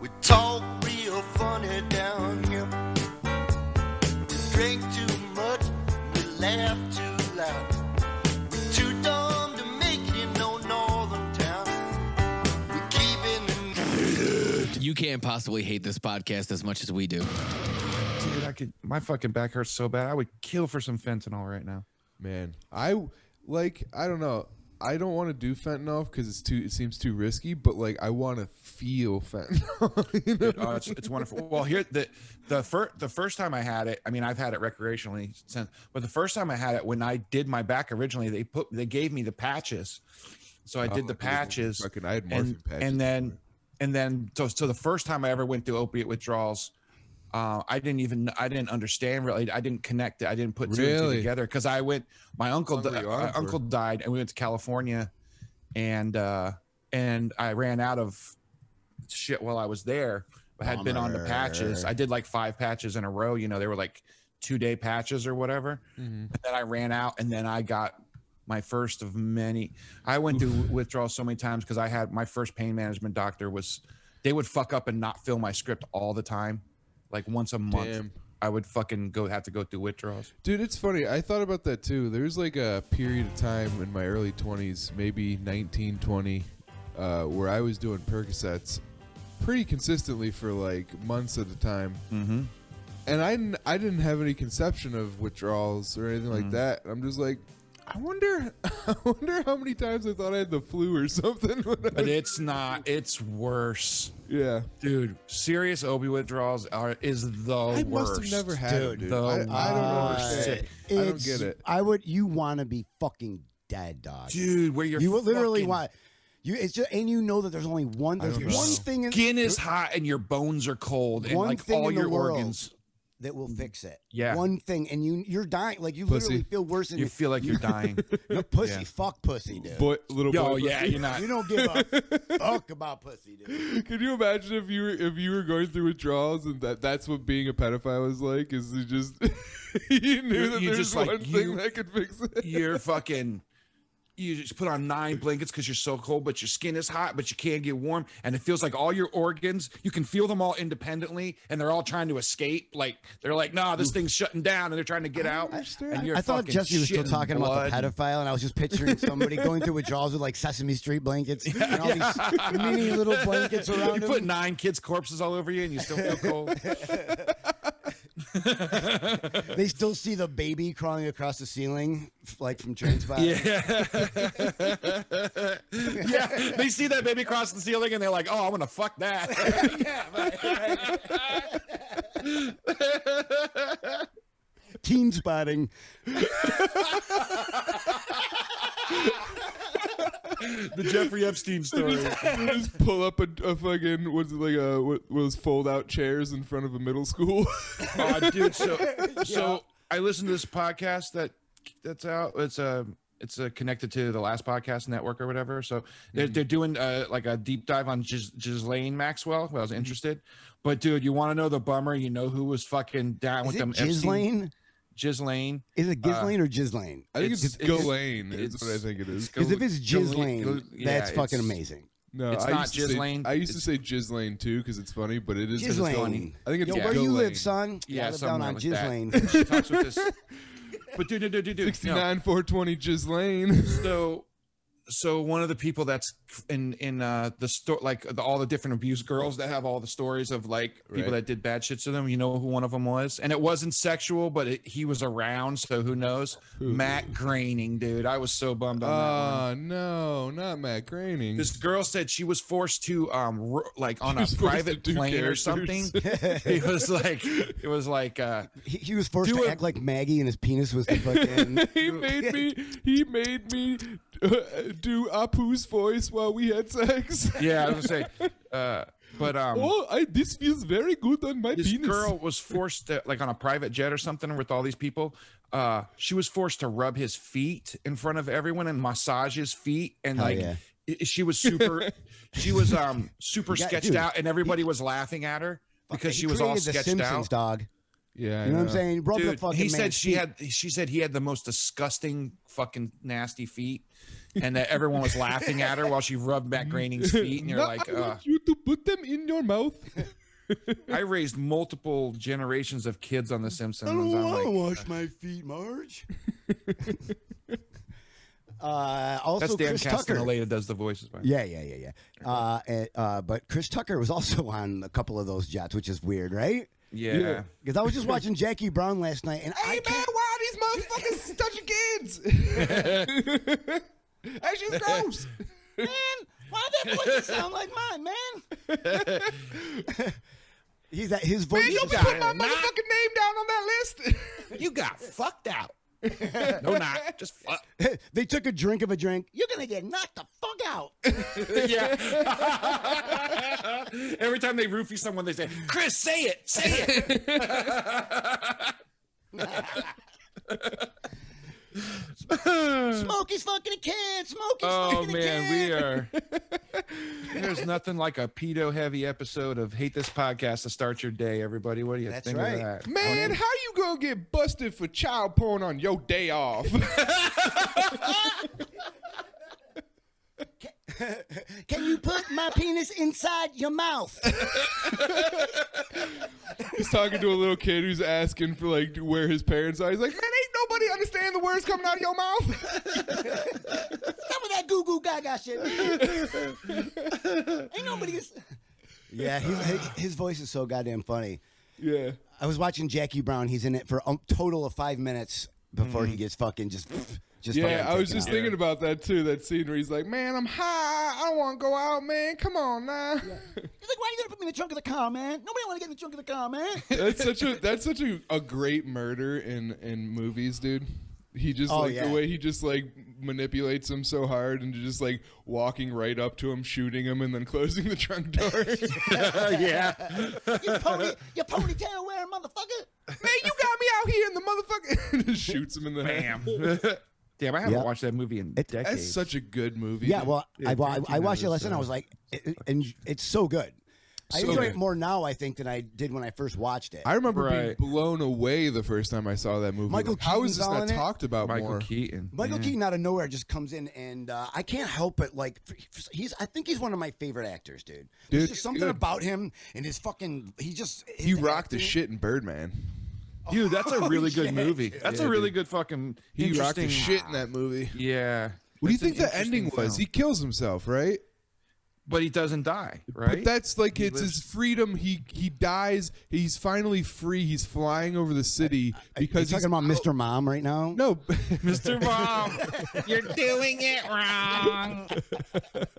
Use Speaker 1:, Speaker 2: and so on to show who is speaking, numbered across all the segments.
Speaker 1: We talk real funny down here. We drink too much, we laugh too loud. We're too dumb to make it in no northern town. We keep in the
Speaker 2: You can't possibly hate this podcast as much as we do.
Speaker 3: Dude, I could. My fucking back hurts so bad. I would kill for some fentanyl right now.
Speaker 4: Man, I like I don't know. I don't want to do fentanyl because it's too. It seems too risky. But like, I want to feel fentanyl. you know?
Speaker 3: Oh, it's, it's wonderful. Well, here the the first the first time I had it. I mean, I've had it recreationally since, but the first time I had it when I did my back originally, they put they gave me the patches. So I did the
Speaker 4: Oh,
Speaker 3: patches.
Speaker 4: fucking- I had morphine
Speaker 3: and,
Speaker 4: patches
Speaker 3: and then and then so so the first time I ever went through opiate withdrawals, uh, I didn't even I didn't understand really. I didn't connect it. I didn't put two and two
Speaker 4: Really?
Speaker 3: together because I went. My uncle
Speaker 4: Under
Speaker 3: di-
Speaker 4: your
Speaker 3: my
Speaker 4: arms were-
Speaker 3: uncle died, and we went to California, and uh, and I ran out of shit while I was there. I had been on the patches. I did like five patches in a row. You know, they were like two day patches or whatever. And then I ran out, and then I got my first of many. I went through withdrawal so many times because I had my first pain management doctor was they would fuck up and not fill my script all the time. Like once a month,
Speaker 4: Damn.
Speaker 3: I would fucking go have to go through withdrawals.
Speaker 4: Dude, it's funny. I thought about that too. There was like a period of time in my early 20s, maybe 19, 20, uh, where I was doing Percocets pretty consistently for like months at a time. Mm-hmm. And I didn't, I didn't have any conception of withdrawals or anything like that. I'm just like, I wonder, I wonder how many times I thought I had the flu or something. when I
Speaker 3: But
Speaker 4: was-
Speaker 3: it's not. It's worse,
Speaker 4: yeah,
Speaker 3: dude. Serious opioid withdrawals are is the
Speaker 4: I
Speaker 3: worst.
Speaker 4: must have never had it,
Speaker 3: Dude,
Speaker 4: dude.
Speaker 3: the
Speaker 4: I, I don't
Speaker 3: worst.
Speaker 4: understand. I don't
Speaker 5: It's-
Speaker 4: get it.
Speaker 5: I would. You want to be fucking dead, dog.
Speaker 3: dude. Where you're
Speaker 5: you would literally
Speaker 3: fucking
Speaker 5: want. You it's just and you know that there's only one. There's
Speaker 4: don't
Speaker 5: one
Speaker 4: know.
Speaker 5: thing in
Speaker 3: skin is hot and your bones are cold and
Speaker 5: One
Speaker 3: like
Speaker 5: thing
Speaker 3: all
Speaker 5: in the
Speaker 3: your
Speaker 5: world.
Speaker 3: organs.
Speaker 5: that will fix it.
Speaker 3: Yeah.
Speaker 5: One thing, and you you're dying. Like you
Speaker 4: Pussy.
Speaker 5: literally feel worse than
Speaker 3: You feel like you're dying.
Speaker 5: no pussy.
Speaker 3: yeah.
Speaker 5: Fuck pussy, dude.
Speaker 4: Boy, little
Speaker 3: Yo,
Speaker 4: boy.
Speaker 3: yeah,
Speaker 4: pussy.
Speaker 3: you're not.
Speaker 5: you don't give a fuck about pussy, dude.
Speaker 4: Can you imagine if you were if you were going through withdrawals and that that's what being a pedophile is like? Is you just you knew
Speaker 3: You-
Speaker 4: that
Speaker 3: you
Speaker 4: there's
Speaker 3: just, like,
Speaker 4: one
Speaker 3: you-
Speaker 4: thing that could fix it.
Speaker 3: You're fucking. You just put on nine blankets because you're so cold, but your skin is hot, but you can't get warm, and it feels like all your organs. You can feel them all independently, and they're all trying to escape. Like they're like, "Nah, this thing's shutting down," and they're trying to get out. And you're
Speaker 5: I thought
Speaker 3: fucking
Speaker 5: Jesse was still
Speaker 3: shitting
Speaker 5: talking
Speaker 3: blood.
Speaker 5: about the pedophile, and I was just picturing somebody going through withdrawals with like Sesame Street blankets and all these mini little blankets around
Speaker 3: You
Speaker 5: him.
Speaker 3: put nine kids' corpses all over you, and you still feel cold.
Speaker 5: They still see the baby crawling across the ceiling, f- like from train spot.
Speaker 3: Yeah. yeah. They see that baby cross the ceiling and they're like, oh, I want to fuck that.
Speaker 5: Teen spotting.
Speaker 3: the Jeffrey Epstein story.
Speaker 4: just pull up a, a fucking what's it like a what was fold out chairs in front of a middle school.
Speaker 3: oh, dude. So, so I listened to this podcast that that's out. It's a it's uh connected to the last podcast network or whatever. So they're
Speaker 5: Mm-hmm.
Speaker 3: they're doing uh, like a deep dive on Gis- Ghislaine Maxwell. Who I was
Speaker 5: Mm-hmm.
Speaker 3: interested, but dude, you want to know the bummer? You know who was fucking down
Speaker 5: Is
Speaker 3: with
Speaker 5: it
Speaker 3: them? Epstein- Uh,
Speaker 5: Gislane?
Speaker 3: Ghislaine.
Speaker 5: Is it Gislane or Gislane?
Speaker 4: I think
Speaker 3: It's-
Speaker 4: it's,
Speaker 3: it's-
Speaker 4: Ghislaine is
Speaker 3: it's-
Speaker 4: what I think it is.
Speaker 5: Because if it's
Speaker 3: Gil- Gil-
Speaker 5: Gislane,
Speaker 3: yeah,
Speaker 5: that's fucking
Speaker 3: it's-
Speaker 5: amazing.
Speaker 4: no,
Speaker 3: it's
Speaker 4: I
Speaker 3: not
Speaker 4: used to say-
Speaker 3: Ghislaine.
Speaker 4: I used to
Speaker 3: It's-
Speaker 4: say Gislaine too because it's funny, but it is it's
Speaker 5: Ghislaine.
Speaker 4: funny. I think it's
Speaker 5: Yo,
Speaker 3: Yeah.
Speaker 5: where you
Speaker 4: Ghislaine.
Speaker 5: live, son?
Speaker 3: Yeah,
Speaker 5: I live down
Speaker 3: somewhere
Speaker 5: on
Speaker 3: like
Speaker 5: Gislane.
Speaker 3: that. She talks with this. But dude, dude, dude, dude, dude. no.
Speaker 4: 69 420 Gislaine.
Speaker 3: So, so one of the people that's in in uh, the store, like the, all the different abuse girls that have all the stories of like people
Speaker 4: Right.
Speaker 3: that did bad shit to them. You know who one of them was, and it wasn't sexual, but it, he was around, so who knows? Matt Groening, dude. I was so bummed on that one.
Speaker 4: Ah, no, not Matt Groening.
Speaker 3: This girl said she was forced to, um, ro- like on a
Speaker 4: was forced to
Speaker 3: private
Speaker 4: do
Speaker 3: plane
Speaker 4: characters.
Speaker 3: or something. it was like, it was like, uh,
Speaker 5: He, he was forced
Speaker 3: Do
Speaker 5: to
Speaker 3: it.
Speaker 5: act like Maggie, and his penis was the fucking.
Speaker 4: he made me he made me uh, do apu's voice while we had sex
Speaker 3: yeah, I was gonna say, uh, but um,
Speaker 4: oh i this feels very good on my
Speaker 3: this
Speaker 4: penis
Speaker 3: girl was forced to like on a private jet or something with all these people uh she was forced to rub his feet in front of everyone and massage his feet and
Speaker 5: Hell
Speaker 3: like
Speaker 5: yeah.
Speaker 3: i- she was super she was um super
Speaker 5: Yeah,
Speaker 3: sketched
Speaker 5: dude.
Speaker 3: out and everybody was laughing at her because
Speaker 5: He
Speaker 3: she was all
Speaker 5: created the
Speaker 3: sketched
Speaker 5: Simpsons,
Speaker 3: out
Speaker 5: dog.
Speaker 4: yeah
Speaker 5: You know what I'm saying? Rub the
Speaker 3: dude
Speaker 5: fucking
Speaker 3: he said
Speaker 5: man's
Speaker 3: she
Speaker 5: feet.
Speaker 3: had she said he had the most disgusting fucking nasty feet and that everyone was laughing at her while she rubbed Matt Groening's feet, and you're
Speaker 4: Now
Speaker 3: like,
Speaker 4: I
Speaker 3: uh,
Speaker 4: want you to put them in your mouth.
Speaker 3: I raised multiple generations of kids on The Simpsons.
Speaker 5: I don't
Speaker 3: I'm
Speaker 5: want to
Speaker 3: like,
Speaker 5: wash my feet, Marge. uh, also,
Speaker 3: that's Dan
Speaker 5: Chris Tucker.
Speaker 3: Castaneda does the voices. by the way.
Speaker 5: Yeah, yeah, yeah, yeah. Uh, and, uh, but Chris Tucker was also on a couple of those jets, which is weird, right?
Speaker 3: Yeah.
Speaker 4: Yeah.
Speaker 5: Because I was just watching Jackie Brown last night, and I can't.
Speaker 4: why are these motherfuckers touching kids? That's just gross.
Speaker 5: Why that voice sound like mine, man? He's at his voice.
Speaker 4: name down on that list.
Speaker 3: You got fucked out. no, not just fuck.
Speaker 5: they took a drink of a drink. You're gonna get knocked the fuck out.
Speaker 3: yeah. Every time they roofie someone, they say, "Chris, say it, say it."
Speaker 5: Smokey's fucking a kid. Smokey's
Speaker 3: oh
Speaker 5: fucking a
Speaker 3: man,
Speaker 5: kid.
Speaker 3: we are. There's nothing like a pedo-heavy episode of "Hate This Podcast" to start your day. Everybody, what do you
Speaker 5: That's
Speaker 3: think
Speaker 5: right.
Speaker 3: of that?
Speaker 4: Man, how you gonna get busted for child porn on your day off?
Speaker 5: Can you put my penis inside your mouth?
Speaker 4: He's talking to a little kid who's asking for like where his parents are. He's like, man, ain't nobody understand the words coming out of your mouth.
Speaker 5: Stop with that goo goo gaga shit. Ain't nobody. Is... Yeah, his, his voice is so goddamn funny.
Speaker 4: yeah.
Speaker 5: I was watching Jackie Brown. He's in it for a total of five minutes before he gets fucking just. just
Speaker 4: Mm-hmm. Yeah, I was just
Speaker 5: thinking.
Speaker 4: thinking about that too. That scene where he's like, "Man, I'm high. I don't want to go out, man. Come on now."
Speaker 5: He's like, why you gonna put me in the trunk of the car, man? Nobody want to get in the trunk of the car, man.
Speaker 4: that's such a that's such a, a great murder in in movies, dude. He just
Speaker 5: Oh,
Speaker 4: like
Speaker 5: yeah.
Speaker 4: the way he just like manipulates him so hard and just like walking right up to him, shooting him, and then closing the trunk door.
Speaker 3: yeah.
Speaker 5: your pony, your ponytail wearing motherfucker.
Speaker 4: Man, you got me out here in the motherfucker. and just shoots him in the head.
Speaker 3: Bam. Damn, I haven't
Speaker 5: Yeah.
Speaker 3: watched that movie in
Speaker 5: It-
Speaker 3: decades.
Speaker 4: That's such a good movie.
Speaker 5: Yeah,
Speaker 4: dude.
Speaker 5: well, I, well, I, I watched it
Speaker 4: Tarantino
Speaker 5: last night. and I was like, it, it- and it's so good. I
Speaker 4: So
Speaker 5: enjoy
Speaker 4: good.
Speaker 5: it more now, I think, than I did when I first watched it.
Speaker 4: I remember
Speaker 3: Right.
Speaker 4: being blown away the first time I saw that movie.
Speaker 5: Michael
Speaker 4: Like, how is
Speaker 5: Keaton's
Speaker 4: this
Speaker 5: all
Speaker 4: not
Speaker 5: in it?
Speaker 4: talked about
Speaker 3: Michael
Speaker 4: more?
Speaker 3: Keaton.
Speaker 5: Michael
Speaker 3: yeah.
Speaker 5: Keaton out of nowhere just comes in, and uh, I can't help but like. f- f- He's, I think he's one of my favorite actors, dude. There's
Speaker 4: Dude,
Speaker 5: just something
Speaker 4: dude.
Speaker 5: about him and his fucking. He just his
Speaker 4: He rocked the
Speaker 5: acting-
Speaker 4: shit in Birdman.
Speaker 3: Dude, that's a
Speaker 5: Holy
Speaker 3: really good
Speaker 5: shit.
Speaker 3: movie. That's
Speaker 4: Yeah,
Speaker 3: a really good fucking.
Speaker 4: He rocked the
Speaker 3: interesting-
Speaker 4: shit in that movie.
Speaker 3: Yeah.
Speaker 4: What do you
Speaker 3: It's an
Speaker 4: think the ending
Speaker 3: interesting
Speaker 4: was?
Speaker 3: film.
Speaker 4: He kills himself, right?
Speaker 3: but he doesn't die, right?
Speaker 4: But that's like
Speaker 3: He
Speaker 4: it's
Speaker 3: lives-
Speaker 4: his freedom. He he dies. He's finally free. He's flying over the city
Speaker 5: Are you
Speaker 4: because he's
Speaker 5: talking about Mr. Mom right now?
Speaker 4: no.
Speaker 3: Mr. Mom, you're doing it wrong.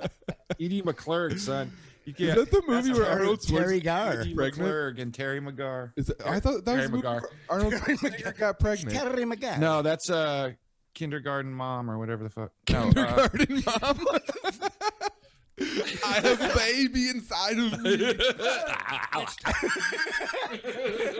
Speaker 3: Edie McClurg, son. You
Speaker 4: Is
Speaker 3: can't.
Speaker 4: that the movie where Arnold
Speaker 5: Terry
Speaker 4: Schwarzenegger?
Speaker 5: Gar.
Speaker 3: Edie
Speaker 4: pregnant?
Speaker 3: McClurg and Terry McGar.
Speaker 4: Is that, I thought that
Speaker 3: Terry
Speaker 4: was the movie
Speaker 3: McGar.
Speaker 4: where Arnold Schwarzenegger got pregnant.
Speaker 5: Terry McGann.
Speaker 3: No, that's uh, kindergarten mom or whatever the fuck. No, uh,
Speaker 4: Kindergarten mom. I have a baby inside of me.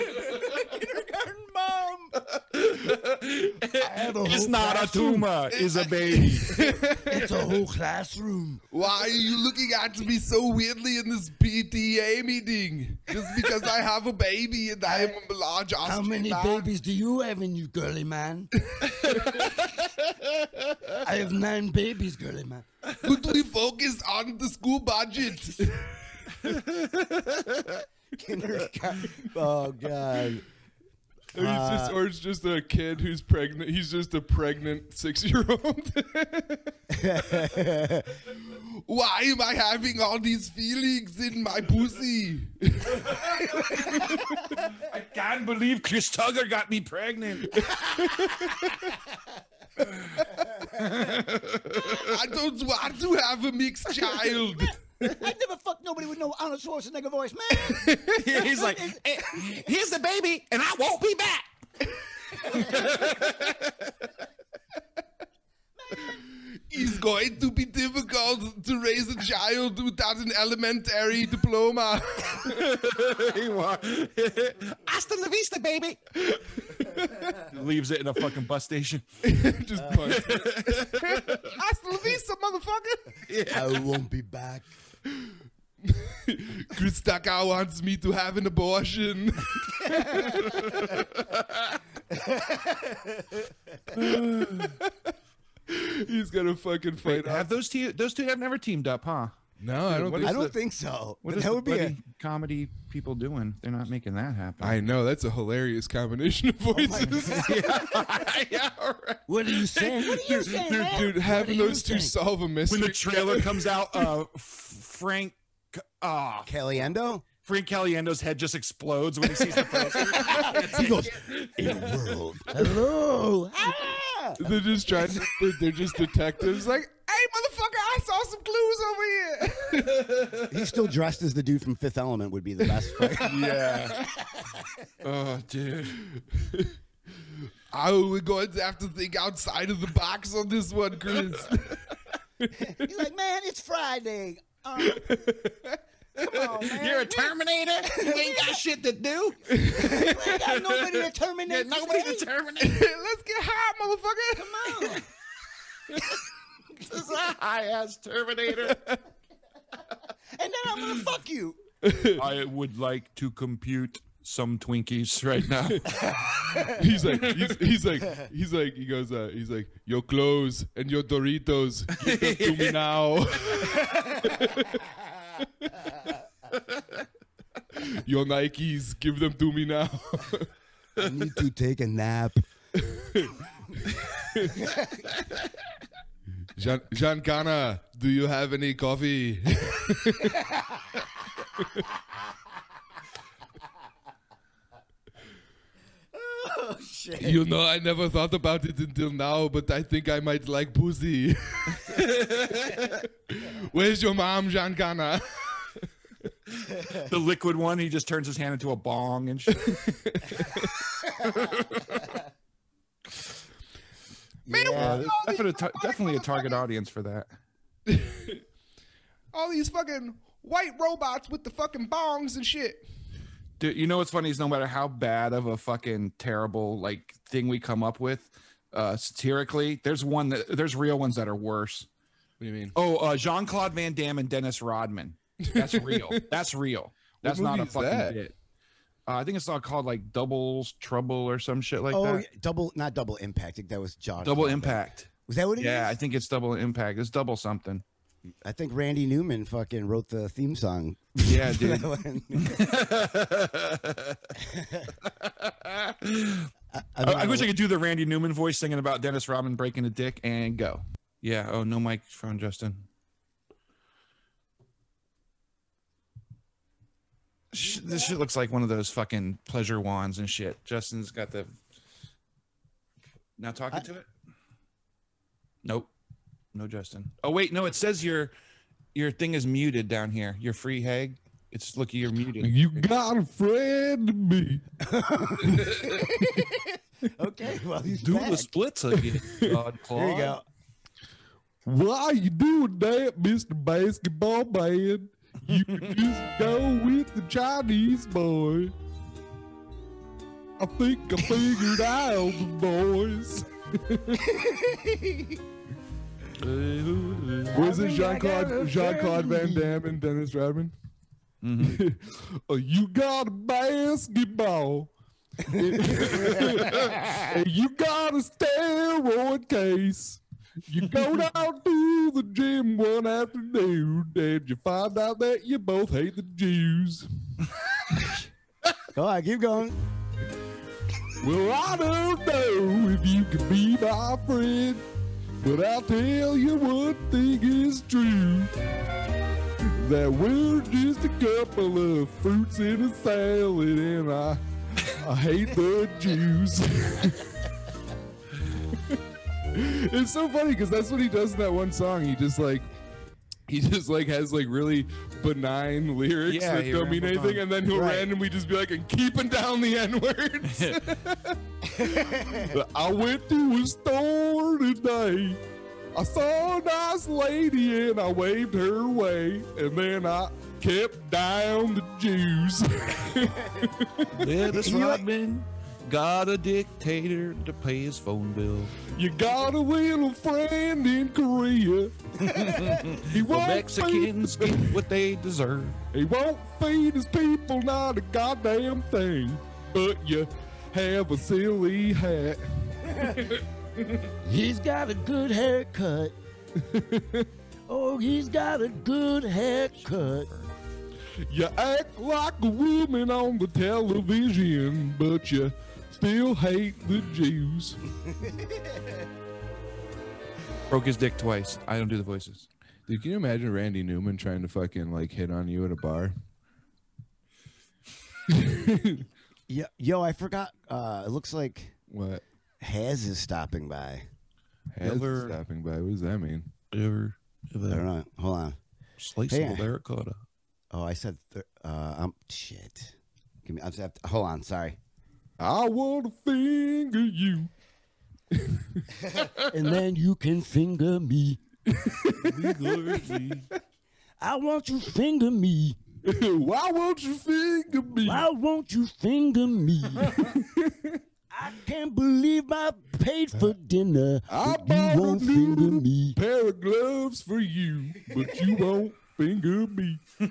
Speaker 5: Kindergarten mom.
Speaker 3: it's not a tumor, it's a baby.
Speaker 5: It's a whole classroom.
Speaker 4: Why are you looking at me so weirdly in this PTA meeting? Just because I have a baby and I am a large
Speaker 5: How
Speaker 4: Austrian
Speaker 5: many
Speaker 4: man.
Speaker 5: babies do you have in you, girly man? I have nine babies, girly man.
Speaker 4: Could we focus on the school budget?
Speaker 5: Kindergarten. Oh God.
Speaker 4: Or, he's just, or it's just a kid who's pregnant. He's just a pregnant six year old. Why am I having all these feelings in my pussy?
Speaker 3: I can't believe Chris Tugger got me pregnant.
Speaker 4: I don't want to have a mixed child.
Speaker 5: I never fucked nobody with no Arnold Schwarzenegger voice, man.
Speaker 3: He's like, "Eh, here's the baby, and I won't be back.
Speaker 4: It's going to be difficult to raise a child without an elementary diploma.
Speaker 3: He wa- Hasta la vista, baby. Leaves it in a fucking bus station.
Speaker 4: just punch. Hasta la vista, motherfucker.
Speaker 5: I won't be back.
Speaker 4: Chris Tucker wants me to have an abortion. He's gonna fucking fight.
Speaker 3: Have those two? Those two have never teamed up, huh?
Speaker 4: no, I don't
Speaker 3: what
Speaker 4: think.
Speaker 5: I
Speaker 4: so.
Speaker 5: don't think so.
Speaker 3: What
Speaker 5: But
Speaker 3: is
Speaker 5: that
Speaker 3: the
Speaker 5: would be a,
Speaker 3: bloody comedy people doing? They're not making that happen.
Speaker 4: I know that's a hilarious combination
Speaker 6: Oh
Speaker 4: of voices.
Speaker 3: yeah, all right.
Speaker 6: What are you saying? What are you saying?
Speaker 4: dude,
Speaker 6: man?
Speaker 4: dude, having
Speaker 6: you
Speaker 4: those two
Speaker 6: think?
Speaker 4: solve a mystery.
Speaker 3: When the trailer comes out, uh, F- Frank, ah,
Speaker 5: Caliendo.
Speaker 3: Frank Caliendo's head just explodes when he sees the poster.
Speaker 5: He goes, in a world. Hello. Ah!
Speaker 4: they're just trying. To, they're just detectives. Like, hey, motherfucker, I saw some clues over here.
Speaker 5: He's still dressed as the dude from Fifth Element would be the best.
Speaker 4: yeah. oh, dude. Oh, we're going to have to think outside of the box on this one, Chris.
Speaker 5: He's like, man, it's Friday. Um, come on, man.
Speaker 2: You're a Terminator. You ain't got shit to do.
Speaker 5: We ain't got nobody to terminate.
Speaker 2: Nobody
Speaker 5: today.
Speaker 2: to terminate.
Speaker 4: Let's get high, motherfucker. Come on.
Speaker 2: This high ass Terminator.
Speaker 5: And then I'm gonna fuck you.
Speaker 3: I would like to compute some Twinkies right now.
Speaker 4: He's like, he's, he's like, he's like, he goes, uh, he's like, your clothes and your Doritos, give them to me now. your Nikes, give them to me now.
Speaker 5: I need to take a nap.
Speaker 4: Jean, Jean Cana, do you have any coffee?
Speaker 5: Oh shit.
Speaker 4: You know, I never thought about it until now, but I think I might like pussy. Where's your mom, Giancana?
Speaker 3: the liquid one, he just turns his hand into a bong and shit.
Speaker 5: Yeah.
Speaker 3: definitely, a tar- definitely a target audience for that.
Speaker 4: All these fucking white robots with the fucking bongs and shit.
Speaker 3: Dude, you know what's funny is no matter how bad of a fucking terrible like thing we come up with uh satirically, there's one that there's real ones that are worse.
Speaker 4: What do you mean?
Speaker 3: Oh, uh Jean-Claude Van Damme and Dennis Rodman. That's real. That's real. That's not a
Speaker 4: movie is
Speaker 3: fucking
Speaker 4: that?
Speaker 3: bit. Uh, I think it's not called like Doubles Trouble or some shit like
Speaker 5: Oh,
Speaker 3: that.
Speaker 5: yeah, double, not double impact. I think that was John.
Speaker 3: Double Impact.
Speaker 5: Was that what it is?
Speaker 3: Yeah, I think it's Double Impact. It's double something.
Speaker 5: I think Randy Newman fucking wrote the theme song.
Speaker 3: Yeah,
Speaker 5: for that
Speaker 3: dude.
Speaker 5: one.
Speaker 3: I, I wish I could do the Randy Newman voice singing about Dennis Rodman breaking a dick and go. Yeah. Oh, no microphone, Justin. Sh- This shit looks like one of those fucking pleasure wands and shit. Justin's got the. Now talking to it. Nope. No, Justin. Oh wait, no. It says your your thing is muted down here. Your free hag. It's look, you're muted.
Speaker 4: You got a friend in me.
Speaker 5: okay, well he's
Speaker 3: Do
Speaker 5: back.
Speaker 3: the splits again. God,
Speaker 5: There you go.
Speaker 4: Why you doing that, Mr. Basketball Man? You just go with the Chinese boy. I think I figured out the boys. Was it Jean Claude Jean Claude Van Damme and Dennis Rodman? oh, you got a basketball. and you got a steroid case. You go down to the gym one afternoon and you find out that you both hate the Jews.
Speaker 5: All right, keep going.
Speaker 4: Well, I don't know if you can be my friend, but I'll tell you one thing is true. That we're just a couple of fruits in a salad, and I, I hate the Jews. it's so funny because that's what he does in that one song. He just like, he just like has like really benign lyrics
Speaker 3: Yeah,
Speaker 4: that
Speaker 3: he
Speaker 4: don't mean
Speaker 3: rambles
Speaker 4: anything,
Speaker 3: on.
Speaker 4: and then he'll
Speaker 5: Right.
Speaker 4: randomly just be like, and keeping down the N words. I went to a store today. I saw a nice lady and I waved her away, and then I kept down the Jews.
Speaker 2: Dennis
Speaker 5: You like-
Speaker 2: Rodman got a dictator to pay his phone bill.
Speaker 4: you got a little friend in Korea. he
Speaker 2: The
Speaker 4: won't
Speaker 2: Mexicans get what they deserve.
Speaker 4: Feed, he won't feed his people not a goddamn thing, but you have a silly hat.
Speaker 5: He's got a good haircut. oh, he's got a good haircut.
Speaker 4: You act like a woman on the television, but you still hate the Jews.
Speaker 3: Broke his dick twice. I don't do the voices.
Speaker 4: Dude, can you imagine Randy Newman trying to fucking like hit on you at a bar?
Speaker 5: Yo, yo I forgot. Uh, it looks like
Speaker 4: What?
Speaker 5: Haz is stopping by.
Speaker 4: Has
Speaker 3: Ever-
Speaker 4: stopping by. What does that mean?
Speaker 3: Ever,
Speaker 5: I don't know. Hold on.
Speaker 3: slice
Speaker 5: Hey, I-
Speaker 3: terracotta.
Speaker 5: Oh, I said. Th- uh, um, shit. Give me. I just have to, hold on. Sorry.
Speaker 4: I want to finger you.
Speaker 5: and then you can finger me. I want you finger me.
Speaker 4: Why won't you finger me?
Speaker 5: Why won't you finger me? I can't believe I paid for dinner.
Speaker 4: I
Speaker 5: but
Speaker 4: bought
Speaker 5: you
Speaker 4: a
Speaker 5: won't
Speaker 4: new-
Speaker 5: finger me.
Speaker 4: Pair of gloves for you, but you won't finger me.
Speaker 5: You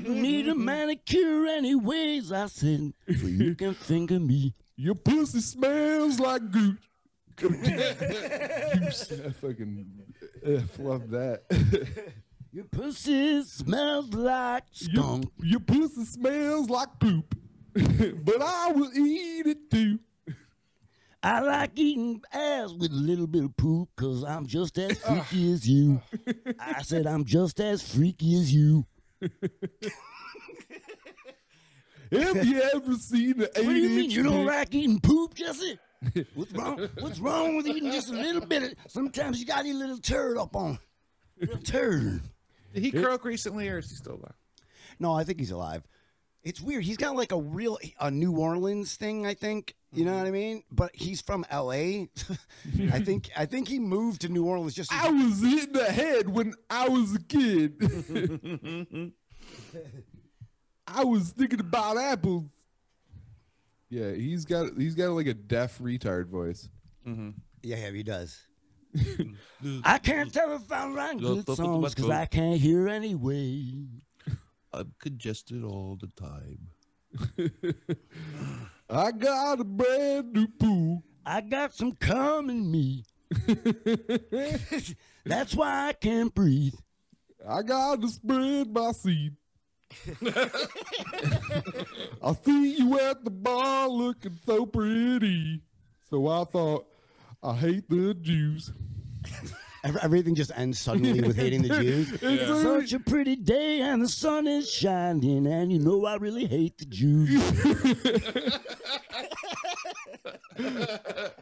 Speaker 5: need a manicure anyways, I said. So you can finger me.
Speaker 4: Your pussy smells like goot. I fucking F love that.
Speaker 5: Your pussy smells like
Speaker 4: your,
Speaker 5: skunk.
Speaker 4: your pussy smells like poop, but I will eat it too.
Speaker 5: I like eating ass with a little bit of poop because I'm just as freaky as you. I said, I'm just as freaky as you.
Speaker 4: Have you ever seen the eight
Speaker 5: What do you mean
Speaker 4: inch
Speaker 5: you don't
Speaker 4: dick?
Speaker 5: like eating poop, Jesse? What's wrong? What's wrong with eating just a little bit? Of, sometimes you got to eat a little turd up on. Little turd.
Speaker 3: Did he croak recently, or is he still alive?
Speaker 5: No, I think he's alive. It's weird. He's got like a real a New Orleans thing, I think. You know what I mean? But he's from L.A. I think I think he moved to New Orleans just.
Speaker 4: I was hit in the head when I was a kid. I was thinking about apples. Yeah, he's got he's got like a deaf retard voice.
Speaker 5: yeah, yeah, he does. I can't tell if I write good songs because I can't hear anyway.
Speaker 7: I'm congested all the time.
Speaker 4: I got a brand new pool.
Speaker 5: I got some cum in me. That's why I can't breathe.
Speaker 4: I gotta spread my seed. I see you at the bar looking so pretty. So I thought, I hate the Jews.
Speaker 5: Ev- Everything just ends suddenly with hating the Jews. It's such a pretty day and the sun is shining, and you know I really hate the Jews.
Speaker 4: I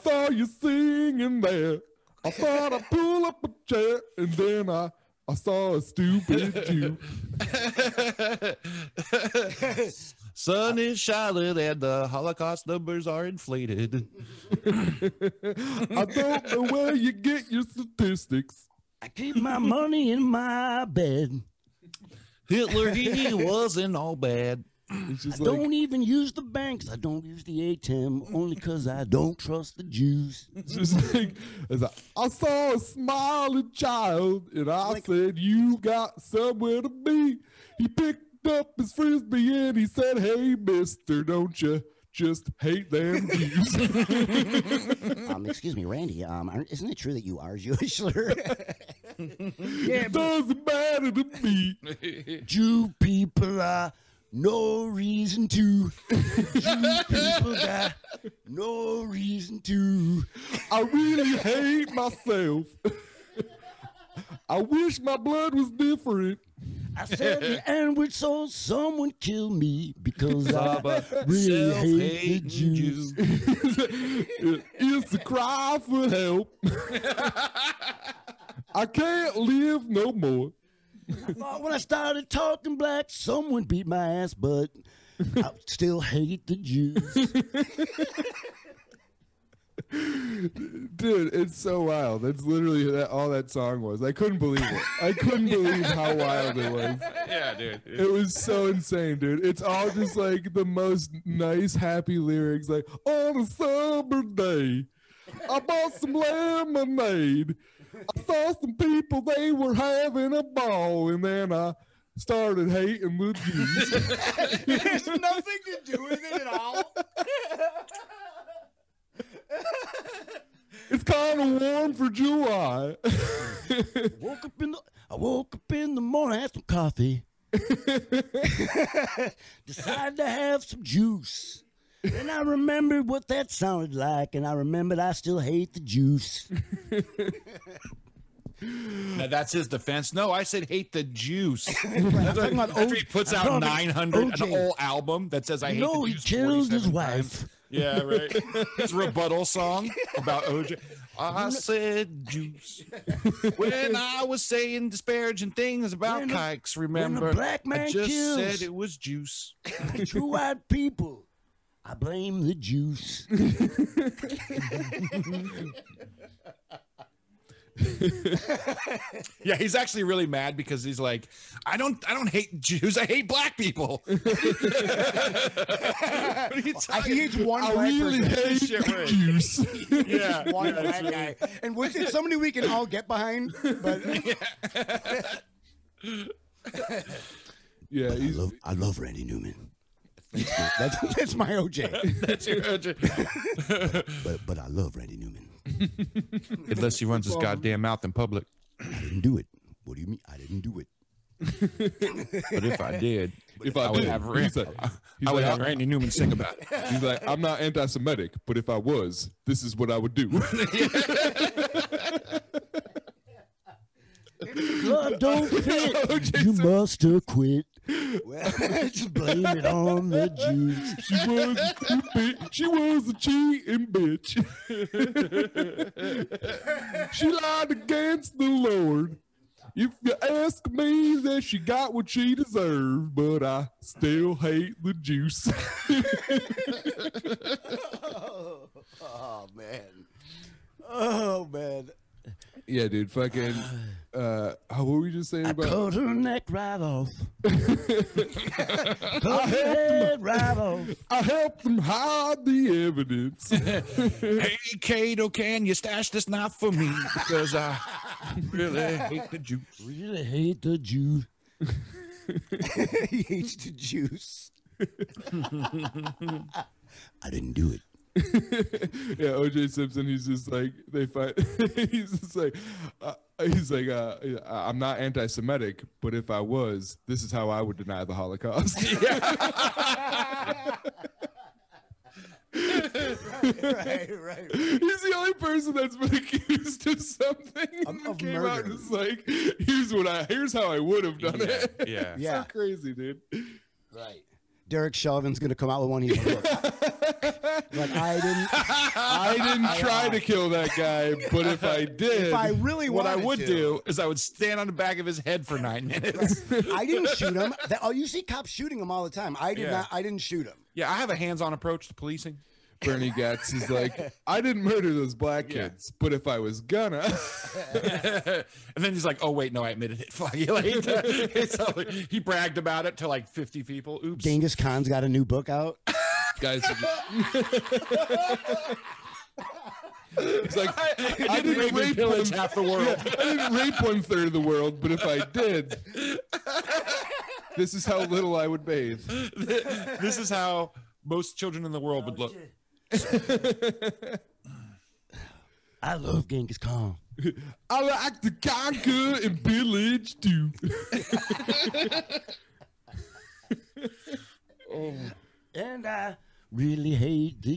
Speaker 4: saw you singing there. I thought I'd pull up a chair, and then I, I saw a stupid Jew.
Speaker 7: Sun is shining and the Holocaust numbers are inflated.
Speaker 4: I don't know where you get your statistics.
Speaker 5: I keep my money in my bed.
Speaker 7: Hitler, he wasn't all bad.
Speaker 4: It's
Speaker 5: I
Speaker 4: just like,
Speaker 5: don't even use the banks. I don't use the ATM only because I don't trust the Jews.
Speaker 4: it's just like, it's like, I saw a smiling child, and I said, "You got somewhere to be." He picked up his frisbee and he said, "Hey, Mister, don't you just hate them Jews?"
Speaker 5: Um, excuse me, Randy. Um, aren't- isn't it true that you are Jewish, sir?
Speaker 4: It doesn't matter to me.
Speaker 5: Jew people are no reason to. Jew people got no reason to.
Speaker 4: I really hate myself. I wish my blood was different.
Speaker 5: I said the N word, so someone kill me because I really hate the
Speaker 7: Self-hating
Speaker 5: Jews.
Speaker 7: Jew.
Speaker 4: It- it's a cry for help. I can't live no more.
Speaker 5: Thought Uh, when I started talking black, someone beat my ass, but I still hate the Jews.
Speaker 4: Dude, it's so wild. That's literally that, all that song was. I couldn't believe it. I couldn't believe how wild it was.
Speaker 2: Yeah, dude.
Speaker 4: It was so insane, dude. It's all just like the most nice, happy lyrics. Like, on a summer day, I bought some lemonade. I saw some people, they were having a ball, and then I started hating the Jews.
Speaker 8: There's nothing to do with it at all.
Speaker 4: little warm for July.
Speaker 5: woke up in the I woke up in the morning, had some coffee. Decided to have some juice. And I remembered what that sounded like, and I remembered I still hate the juice.
Speaker 3: Now, that's his defense. No, I said hate the juice.
Speaker 5: I'm talking about
Speaker 3: After
Speaker 5: O-
Speaker 3: he puts
Speaker 5: I'm
Speaker 3: out
Speaker 5: talking about
Speaker 3: 900 an
Speaker 5: OJ.
Speaker 3: whole album that says I hate
Speaker 5: No,
Speaker 3: the
Speaker 5: he
Speaker 3: juice
Speaker 5: killed his
Speaker 3: 47
Speaker 5: wife.
Speaker 3: times. Yeah, right. his rebuttal song about OJ.
Speaker 7: I said juice when I was saying disparaging things about
Speaker 5: When a-
Speaker 7: kikes.
Speaker 5: when a
Speaker 7: Remember,
Speaker 5: black man
Speaker 7: I just
Speaker 5: kills.
Speaker 7: said it was juice.
Speaker 5: The true white people. I blame the juice.
Speaker 3: Yeah, he's actually really mad because he's like, I don't, I don't hate Jews. I hate black people.
Speaker 5: I, he hates one black person.
Speaker 3: Shit, right. juice. Yeah,
Speaker 5: One black guy. And which is somebody we can all get behind, but
Speaker 4: yeah, he's,
Speaker 5: I love Randy Newman. That's, that's my OJ.
Speaker 3: that's your OJ.
Speaker 5: But but I love Randy Newman.
Speaker 3: Unless he runs his goddamn mouth in public.
Speaker 5: I didn't do it. What do you mean? I didn't do it.
Speaker 3: But if I did,
Speaker 4: if I,
Speaker 3: I would
Speaker 4: did,
Speaker 3: have
Speaker 4: he's
Speaker 3: Randy,
Speaker 4: like, he's
Speaker 3: I would
Speaker 4: like,
Speaker 3: have
Speaker 4: I'm-
Speaker 3: Randy Newman sing about it.
Speaker 4: He's like, I'm not anti-Semitic, but if I was, this is what I would do.
Speaker 5: Club don't fit. you must have quit. Well, just blame it on the Jews.
Speaker 4: she was a stupid. She was a cheating bitch. she lied against the Lord. If you ask me, that she got what she deserved, but I still hate the juice.
Speaker 5: Oh, man. Oh man.
Speaker 4: yeah, dude, fucking. Uh, oh, what were we just saying about?
Speaker 5: Cut her neck right off. Cut her head right off.
Speaker 4: I helped them hide the evidence.
Speaker 7: hey, Cato, can you stash this knife for me? Because I really hate the juice.
Speaker 5: Really hate the Jew. he hates the juice. I didn't do it.
Speaker 4: yeah, OJ Simpson. He's just like they fight. he's just like uh, he's like uh, I- I'm not anti-Semitic, but if I was, this is how I would deny the Holocaust.
Speaker 5: Right, right.
Speaker 4: he's the only person that's been accused of something
Speaker 5: Of-
Speaker 4: and
Speaker 5: of
Speaker 4: came out
Speaker 5: murder.
Speaker 4: and is like, here's what
Speaker 3: Uh,
Speaker 4: I here's how I would have done it.
Speaker 7: Yeah.
Speaker 5: Yeah.
Speaker 4: so crazy, dude.
Speaker 5: Derek Chauvin's gonna come out with one. He's like, like I didn't.
Speaker 4: I didn't try to kill that guy, but if I did,
Speaker 5: If I really
Speaker 3: What I
Speaker 5: wanted
Speaker 3: would
Speaker 5: to.
Speaker 3: do is I would stand on the back of his head for nine minutes.
Speaker 5: I didn't shoot him. That, oh, you see cops shooting him all the time. I did not. I didn't shoot him.
Speaker 3: Yeah, I have a hands-on approach to policing.
Speaker 4: Bernie Gatz is like, I didn't murder those black kids, but if I was gonna.
Speaker 3: and then he's like, "Oh wait, no, I admitted it." Fuck you. Like, it's all- he bragged about it to like fifty people. Oops.
Speaker 5: Genghis Khan's got a new book out.
Speaker 4: guys. it's like I,
Speaker 3: I didn't rape and pillage half the world.
Speaker 4: Yeah, I didn't rape one third of the world, but if I did, this is how little I would bathe.
Speaker 3: this is how most children in the world would look.
Speaker 5: I love Genghis Khan.
Speaker 4: I like to conquer and pillage too.
Speaker 5: And I really hate the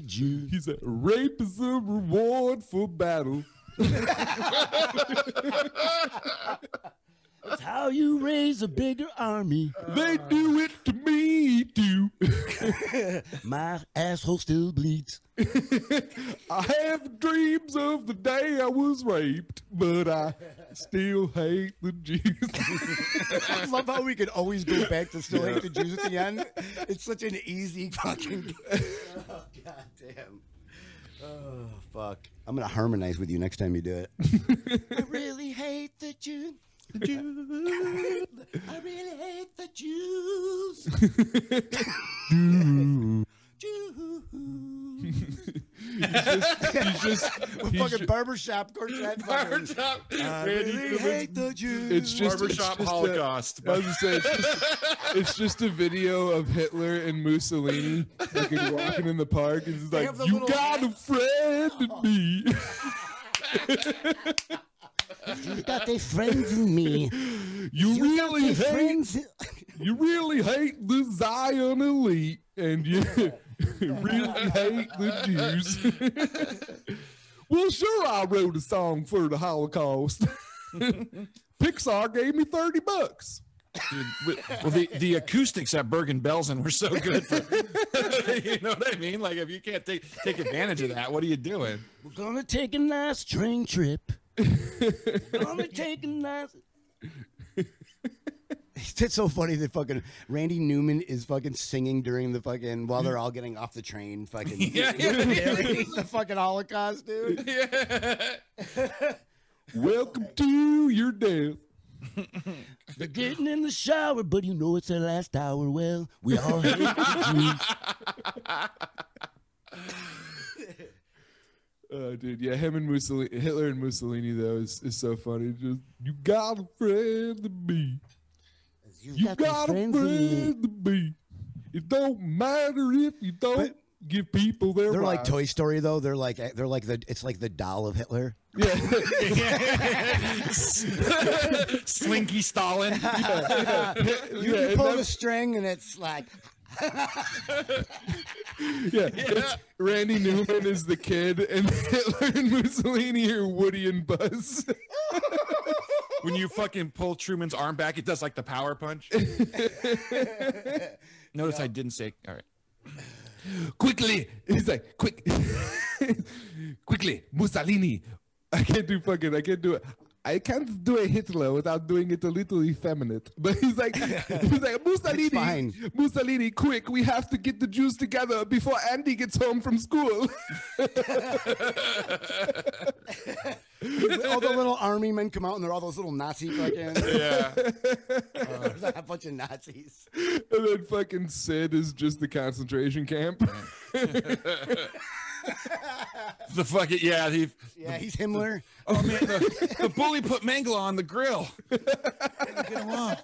Speaker 5: Jews.
Speaker 4: He's like, rape is a reward for battle.
Speaker 5: That's how you raise a bigger army.
Speaker 4: They do it to me too.
Speaker 5: My asshole still bleeds.
Speaker 4: I have dreams of the day I was raped, but I still hate the Jews.
Speaker 5: I love how we could always go back to still hate the Jews at the end. It's such an easy fucking. oh god damn. Oh fuck. I'm gonna harmonize with you next time you do it. I really hate the Jews. I really hate the Jews. Jews.
Speaker 4: he's just, he's
Speaker 5: Fucking
Speaker 4: ju-
Speaker 5: barbershop quartet. fucking,
Speaker 3: Barbershop,
Speaker 5: I
Speaker 3: Randy
Speaker 5: really
Speaker 3: Newman,
Speaker 5: hate the Jews.
Speaker 4: it's just it's
Speaker 3: barbershop
Speaker 4: just a-
Speaker 3: Holocaust.
Speaker 4: I was gonna say, it's just, it's just a video of Hitler and Mussolini fucking walking in the park, and he's like,
Speaker 5: have the
Speaker 4: "You
Speaker 5: little
Speaker 4: got a friend in me."
Speaker 5: You got the friends in me.
Speaker 4: You, really
Speaker 5: The
Speaker 4: hate
Speaker 5: friends.
Speaker 4: you really hate the Zion elite, and you really hate the Jews. well, sure, I wrote a song for the Holocaust. Pixar gave me thirty bucks.
Speaker 3: well, the, the acoustics at Bergen Belsen were so good. For, you know what I mean? Like, if you can't take take advantage of that, what are you doing?
Speaker 5: We're gonna take a nice train trip. We're gonna take a nice. It's so funny that fucking Randy Newman is fucking singing during the fucking while they're all getting off the train. Fucking yeah, the fucking Holocaust, dude.
Speaker 4: Welcome to your death.
Speaker 5: They're getting in the shower, but you know it's their last hour. Well, we all hate the
Speaker 4: Uh, dude, yeah, him and Mussolini, Hitler and Mussolini though is, is so funny. Just you got a friend to be.
Speaker 5: Jews. You've
Speaker 4: You got a friend to be. It don't matter if you don't give people their.
Speaker 5: They're like
Speaker 4: rights.
Speaker 5: Toy Story though. They're like they're like the it's like the doll of Hitler.
Speaker 3: Slinky Stalin.
Speaker 5: You,
Speaker 4: yeah,
Speaker 5: you
Speaker 4: and
Speaker 5: pull
Speaker 4: that-
Speaker 5: the string and it's like
Speaker 4: Yeah, that's- Randy Newman is the kid, and Hitler and Mussolini are Woody and Buzz.
Speaker 3: When you fucking pull Truman's arm back, it does like the power punch. Notice I didn't say. All right.
Speaker 4: quickly, he's like, quick, quickly, Mussolini. I can't do fucking. I can't do it. I can't do a Hitler without doing it a little effeminate. But he's like, he's like Mussolini,
Speaker 5: fine.
Speaker 4: Mussolini, quick! We have to get the Jews together before Andy gets home from school.
Speaker 5: all the little army men come out and they're all those little Nazi fucking yeah, a bunch of Nazis.
Speaker 4: And then fucking Sid is just the concentration camp.
Speaker 3: The fucking yeah. He,
Speaker 5: Yeah, he's Himmler.
Speaker 3: oh man, the, the bully put Mangala on the grill. Get along.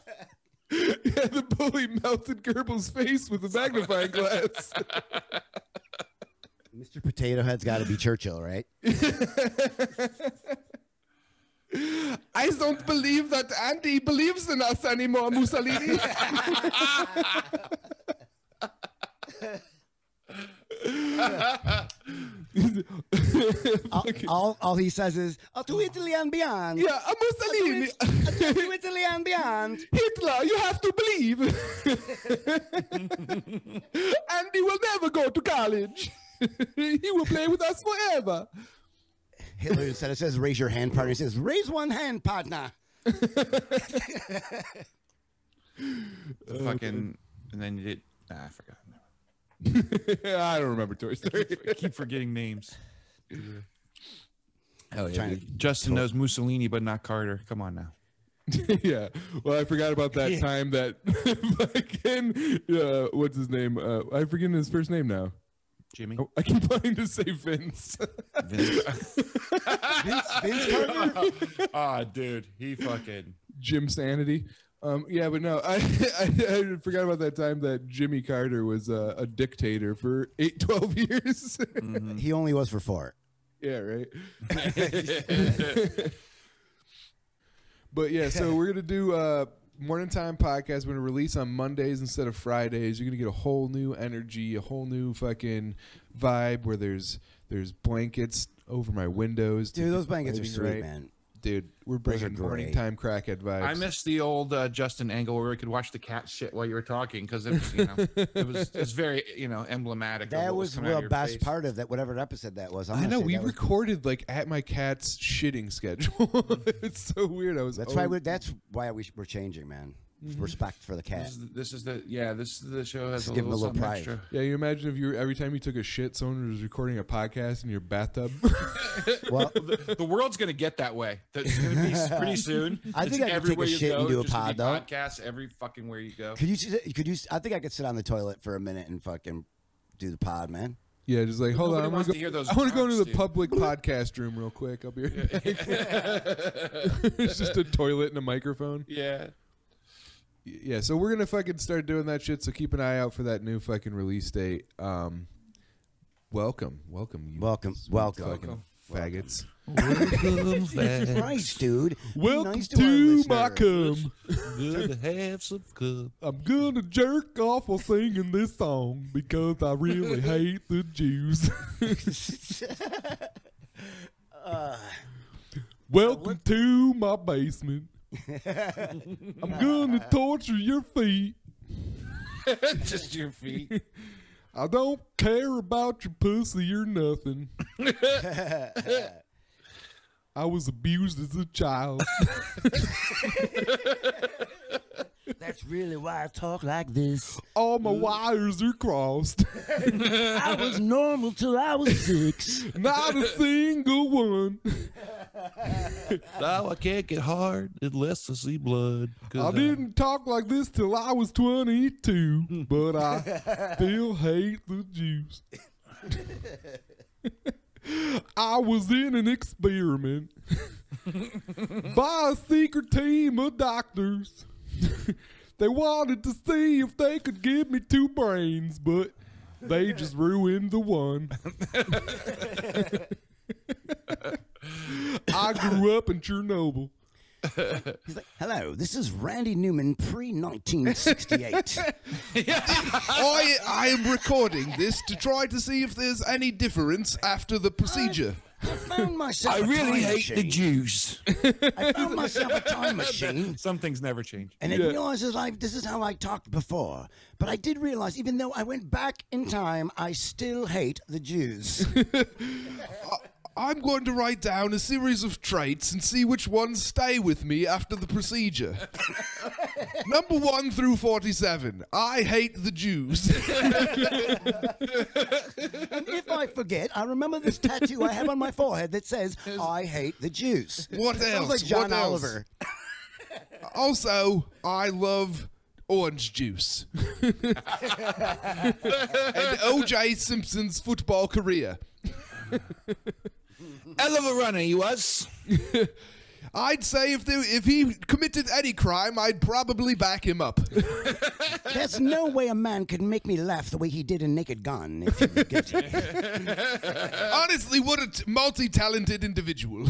Speaker 4: yeah, the bully melted Goebbels' face with a magnifying glass.
Speaker 5: Mr. Potato Head's got to be Churchill, right?
Speaker 4: I don't believe that Andy believes in us anymore, Mussolini.
Speaker 5: All, all, all he says is "Oh, to Italy and beyond."
Speaker 4: yeah, uh, Mussolini,
Speaker 5: To Italy and beyond.
Speaker 4: Hitler, you have to believe. Andy will never go to college. he will play with us forever.
Speaker 5: Hitler instead of says "raise your hand, partner," he says "raise one hand, partner."
Speaker 3: The fucking and then you did. Ah, I forgot.
Speaker 4: I don't remember Toy Story.
Speaker 3: I keep forgetting names.
Speaker 5: Oh, yeah,
Speaker 3: Justin knows Mussolini, but not Carter. Come on now.
Speaker 4: yeah. Well, I forgot about that time that fucking uh, what's his name? Uh, I forget his first name now. Oh,
Speaker 3: Jimmy.
Speaker 4: I keep wanting to say Vince.
Speaker 5: Vince Carter.
Speaker 3: Ah, dude, he fucking.
Speaker 4: Jim Sanity. Um, yeah, but no, I, I I forgot about that time that Jimmy Carter was uh, a dictator for eight, 12 years.
Speaker 5: He only was for four.
Speaker 4: yeah, right. but yeah, so we're gonna do uh, morning time podcast. We're gonna release on Mondays instead of Fridays. You're gonna get a whole new energy, a whole new fucking vibe where there's there's blankets over my windows. to
Speaker 5: Dude,
Speaker 4: get
Speaker 5: those
Speaker 4: the
Speaker 5: blankets are
Speaker 4: lighting
Speaker 5: sweet,
Speaker 4: right.
Speaker 5: man.
Speaker 4: Dude, we're
Speaker 5: Those are
Speaker 4: bringing morning
Speaker 5: great.
Speaker 4: time crackhead vibes.
Speaker 3: I miss the old uh, Justin angle where we could watch the cat shit while you were talking because it was, you know, it was it's very you know emblematic. of
Speaker 5: That
Speaker 3: what
Speaker 5: was
Speaker 3: coming out of
Speaker 5: the
Speaker 3: your
Speaker 5: best
Speaker 3: face.
Speaker 5: part of that, whatever episode that was. I'm
Speaker 4: I
Speaker 5: gonna
Speaker 4: know
Speaker 5: say
Speaker 4: we
Speaker 5: that was-
Speaker 4: recorded like at my cat's shitting schedule. it's so weird. I was
Speaker 5: That's
Speaker 4: oh,
Speaker 5: why. We're, that's why we, sh- we're changing, man. Respect for the cat.
Speaker 3: This is, the, this is the yeah. This is the show has
Speaker 5: Just
Speaker 3: a
Speaker 5: give him
Speaker 3: little,
Speaker 5: a
Speaker 3: something
Speaker 5: little pride.
Speaker 3: extra.
Speaker 4: yeah. You imagine if you were, every time you took a shit, someone was recording a podcast in your bathtub.
Speaker 5: Well,
Speaker 3: The world's gonna get that way. That's gonna be s- pretty soon.
Speaker 5: I
Speaker 3: It's
Speaker 5: think I could take a
Speaker 3: everywhere you
Speaker 5: shit and
Speaker 3: go,
Speaker 5: do a
Speaker 3: just gonna be
Speaker 5: pod, though.
Speaker 3: Podcasts every fucking where you go.
Speaker 5: could you? sit- Could you? s- I think I could sit on the toilet for a minute and fucking do the pod, man.
Speaker 4: yeah, just like hold on.
Speaker 3: Nobody
Speaker 4: I'm gonna
Speaker 3: wants
Speaker 4: go,
Speaker 3: to hear those
Speaker 4: I want to go into
Speaker 3: grunts,
Speaker 4: the
Speaker 3: dude.
Speaker 4: public podcast room real quick. I'll be right back. it's just a toilet and a microphone.
Speaker 3: Yeah.
Speaker 4: Yeah, so we're gonna fucking start doing that shit. So keep an eye out for that new fucking release date. Um, welcome, welcome, you
Speaker 5: Welcome,
Speaker 4: sweet
Speaker 5: welcome.
Speaker 4: fucking faggots.
Speaker 7: Welcome
Speaker 5: Jesus Christ, dude. Be
Speaker 4: Welcome
Speaker 5: nice
Speaker 4: to,
Speaker 5: our
Speaker 4: my
Speaker 5: listener.
Speaker 4: cum.
Speaker 7: Good to have some cup.
Speaker 4: I'm gonna jerk off while singing this song because I really hate the Jews. Welcome to my basement. I'm gonna torture your feet.
Speaker 7: Just your feet.
Speaker 4: I don't care about your pussy or nothing. I was abused as a child.
Speaker 5: That's really why I talk like this.
Speaker 4: All my wires are crossed.
Speaker 5: I was normal till I was six.
Speaker 4: Not a single one.
Speaker 7: Now I can't get hard unless I see blood. 'Cause uh,
Speaker 4: I didn't talk like this till I was 22, but I still hate the Jews. I was in an experiment by a secret team of doctors. they wanted to see if they could give me two brains, but they just ruined the one. I grew up in Chernobyl.
Speaker 5: He's like, hello, this is Randy Newman pre 1968.
Speaker 9: I, I am recording this to try to see if there's any difference after the procedure.
Speaker 5: I found myself.
Speaker 7: I
Speaker 5: a time
Speaker 7: really hate the
Speaker 5: machine.
Speaker 7: Jews.
Speaker 5: I found myself a time machine.
Speaker 7: Some things never change.
Speaker 5: And it realizes I, this is how I talked before. But I did realize, even though I went back in time, I still hate the Jews.
Speaker 9: I'm going to write down a series of traits and see which ones stay with me after the procedure. Number 1 through 47. I hate the Jews.
Speaker 5: and if I forget, I remember this tattoo I have on my forehead that says, I hate the Jews.
Speaker 9: What
Speaker 5: Sounds
Speaker 9: else?
Speaker 5: like John
Speaker 9: What else?
Speaker 5: Oliver.
Speaker 9: Also, I love orange juice. and OJ Simpson's football career.
Speaker 7: Hell of a runner he was.
Speaker 9: I'd say if there, if he committed any crime, I'd probably back him up.
Speaker 5: There's no way a man could make me laugh the way he did in Naked Gun if he was guilty.
Speaker 9: Honestly, what a t- multi-talented individual.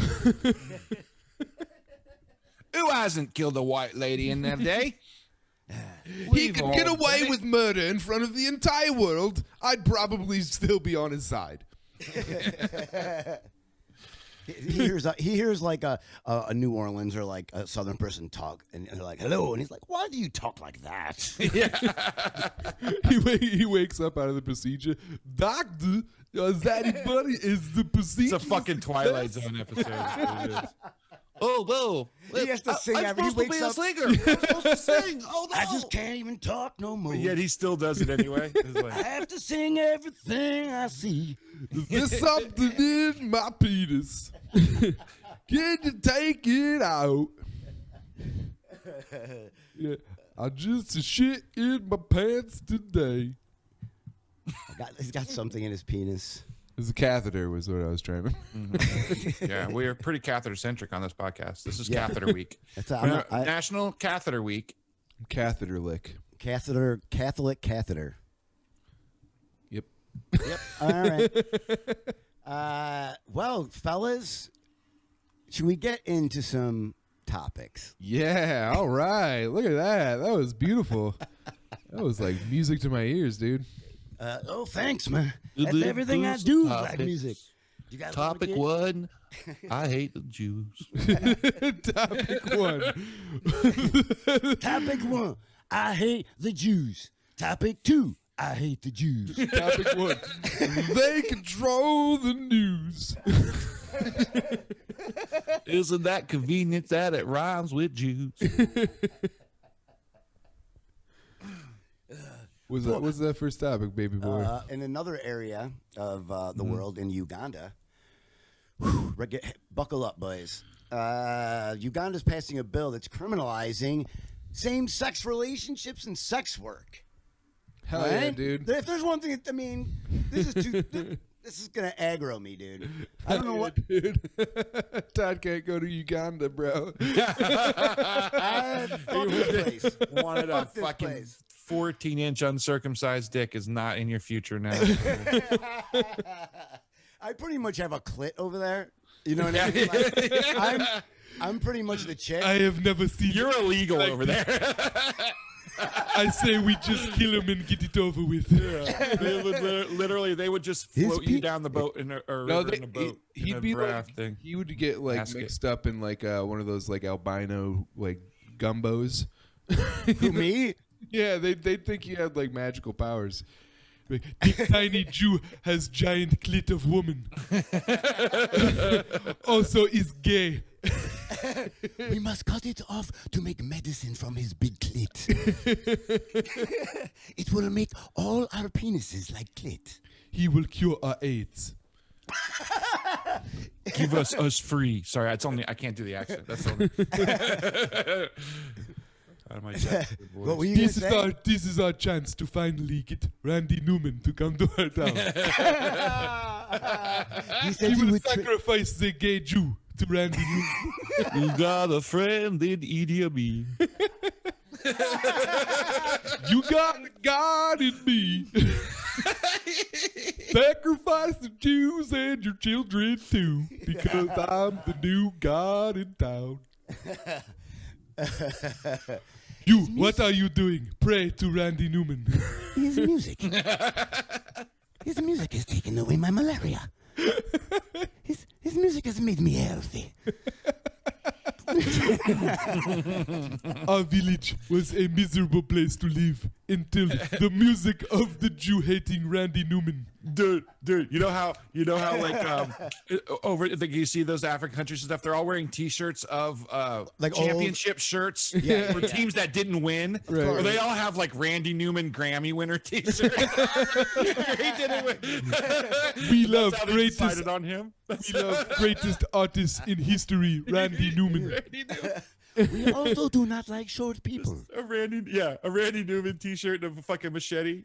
Speaker 7: Who hasn't killed a white lady in their day? Ah,
Speaker 9: he
Speaker 7: We've
Speaker 9: could get
Speaker 7: all
Speaker 9: away
Speaker 7: done it.
Speaker 9: with murder in front of the entire world. I'd probably still be on his side.
Speaker 5: he hears a, he hears like a, a, a New Orleans or like a Southern person talk, and they're like, "Hello," and he's like, "Why do you talk like that?"
Speaker 4: he, wa- he wakes up out of the procedure. Doctor, uh, that buddy is the
Speaker 7: It's
Speaker 4: procedure.
Speaker 7: a fucking Twilight Zone episode. It is. Oh, whoa.
Speaker 5: He has to
Speaker 7: I-
Speaker 5: sing
Speaker 7: I'm
Speaker 5: after he
Speaker 7: supposed to
Speaker 5: wakes
Speaker 7: be
Speaker 5: up.
Speaker 7: a singer. I'm supposed to sing. Oh, no.
Speaker 5: I just can't even talk no more.
Speaker 7: Yet he still does it anyway. It's
Speaker 5: I
Speaker 7: like,
Speaker 5: have to sing everything I see.
Speaker 4: There's something in my penis. Can you take it out? Yeah, I just shit in my pants today.
Speaker 5: I got, he's got something in his penis.
Speaker 4: It's a catheter, was what I was trying to.
Speaker 7: yeah, we are pretty catheter centric on this podcast. This is catheter week.
Speaker 5: That's a, I'm not, I-
Speaker 7: National Catheter Week.
Speaker 4: Catheter lick.
Speaker 5: catheter, Catholic catheter.
Speaker 4: Yep.
Speaker 5: All right. Uh, well, fellas, should we get into some topics?
Speaker 4: Yeah. All right. Look at that. That was beautiful. That was like music to my ears, dude.
Speaker 5: Uh, oh, thanks, man. That's everything I do. Like
Speaker 7: Topics.
Speaker 5: music. You guys wanna
Speaker 7: Topic
Speaker 5: get-
Speaker 7: one I hate the Jews.
Speaker 4: Topic one.
Speaker 5: Topic one, I hate the Jews. Topic two, I hate the Jews.
Speaker 4: Topic one. They control the news.
Speaker 7: Isn't that convenient that it rhymes with Jews?
Speaker 4: Was that was that first topic, baby boy?
Speaker 5: uh, in another area of uh, the world, in Uganda, whew, reg- buckle up, boys. Uh, Uganda's passing a bill that's criminalizing same sex relationships and sex work.
Speaker 4: Hell Oh, yeah,
Speaker 5: right?
Speaker 4: dude.
Speaker 5: If there's one thing, that- I mean, this is too. th- This is gonna aggro me, dude. I don't know what.
Speaker 4: Dude, Todd can't go to Uganda, bro.
Speaker 5: I, fuck this place.
Speaker 7: Wanted a
Speaker 5: Fuck this
Speaker 7: fucking
Speaker 5: place.
Speaker 7: 14 inch uncircumcised dick is not in your future now.
Speaker 5: I pretty much have a clit over there. You know what I mean? Like, I'm, I'm pretty much the chick.
Speaker 4: I have never seen.
Speaker 3: You're illegal over there.
Speaker 4: I say we just kill him and get it over with.
Speaker 3: They would lit- literally, they would just
Speaker 5: His
Speaker 3: float you
Speaker 5: pe-
Speaker 3: down the boat in a, or
Speaker 10: No,
Speaker 3: river
Speaker 10: they,
Speaker 3: in a boat.
Speaker 10: he,
Speaker 3: in
Speaker 10: would
Speaker 3: a
Speaker 10: be
Speaker 3: raft
Speaker 10: like
Speaker 3: thing.
Speaker 10: he would get like
Speaker 3: Basket.
Speaker 10: mixed up in like uh, one of those like albino like gumbos.
Speaker 5: Who, me?
Speaker 10: yeah, they they would think he had like magical powers.
Speaker 4: Like, This tiny Jew has giant clit of woman. also is gay.
Speaker 5: We must cut it off to make medicine from his big clit. it will make all our penises like clit.
Speaker 4: He will cure our AIDS.
Speaker 3: Give us us free. Sorry, it's only I can't do the accent. That's the only. Out of my depth.
Speaker 5: What were you
Speaker 4: This is
Speaker 5: gonna say?
Speaker 4: our this is our chance to finally get Randy Newman to come to our town.
Speaker 5: he said
Speaker 4: he
Speaker 5: he
Speaker 4: will
Speaker 5: would. tra-
Speaker 4: sacrifice the gay Jew to Randy Newman.
Speaker 3: You got a friend in
Speaker 7: E
Speaker 3: Idi Amin.
Speaker 4: You got God in me. Sacrifice the Jews and your children too, because I'm the new God in town. you, what are you doing? Pray to Randy Newman.
Speaker 5: his music. his music has taken away my malaria. His his music has made me healthy.
Speaker 4: Our village was a miserable place to live until the music of the Jew hating Randy Newman.
Speaker 3: dude, dude. You know how you know how like um over like you see those African countries and stuff. They're all wearing T-shirts of uh
Speaker 5: Like old-
Speaker 3: championship shirts for teams that didn't win. Or they all have like Randy Newman Grammy winner T-shirts. he didn't win.
Speaker 4: We love
Speaker 3: That's how they
Speaker 4: greatest,
Speaker 3: decided on him.
Speaker 4: we love greatest artist in history, Randy Newman.
Speaker 3: Randy Newman,
Speaker 5: We also do not like short people.
Speaker 3: a Randy, yeah, a Randy Newman T-shirt and a fucking machete.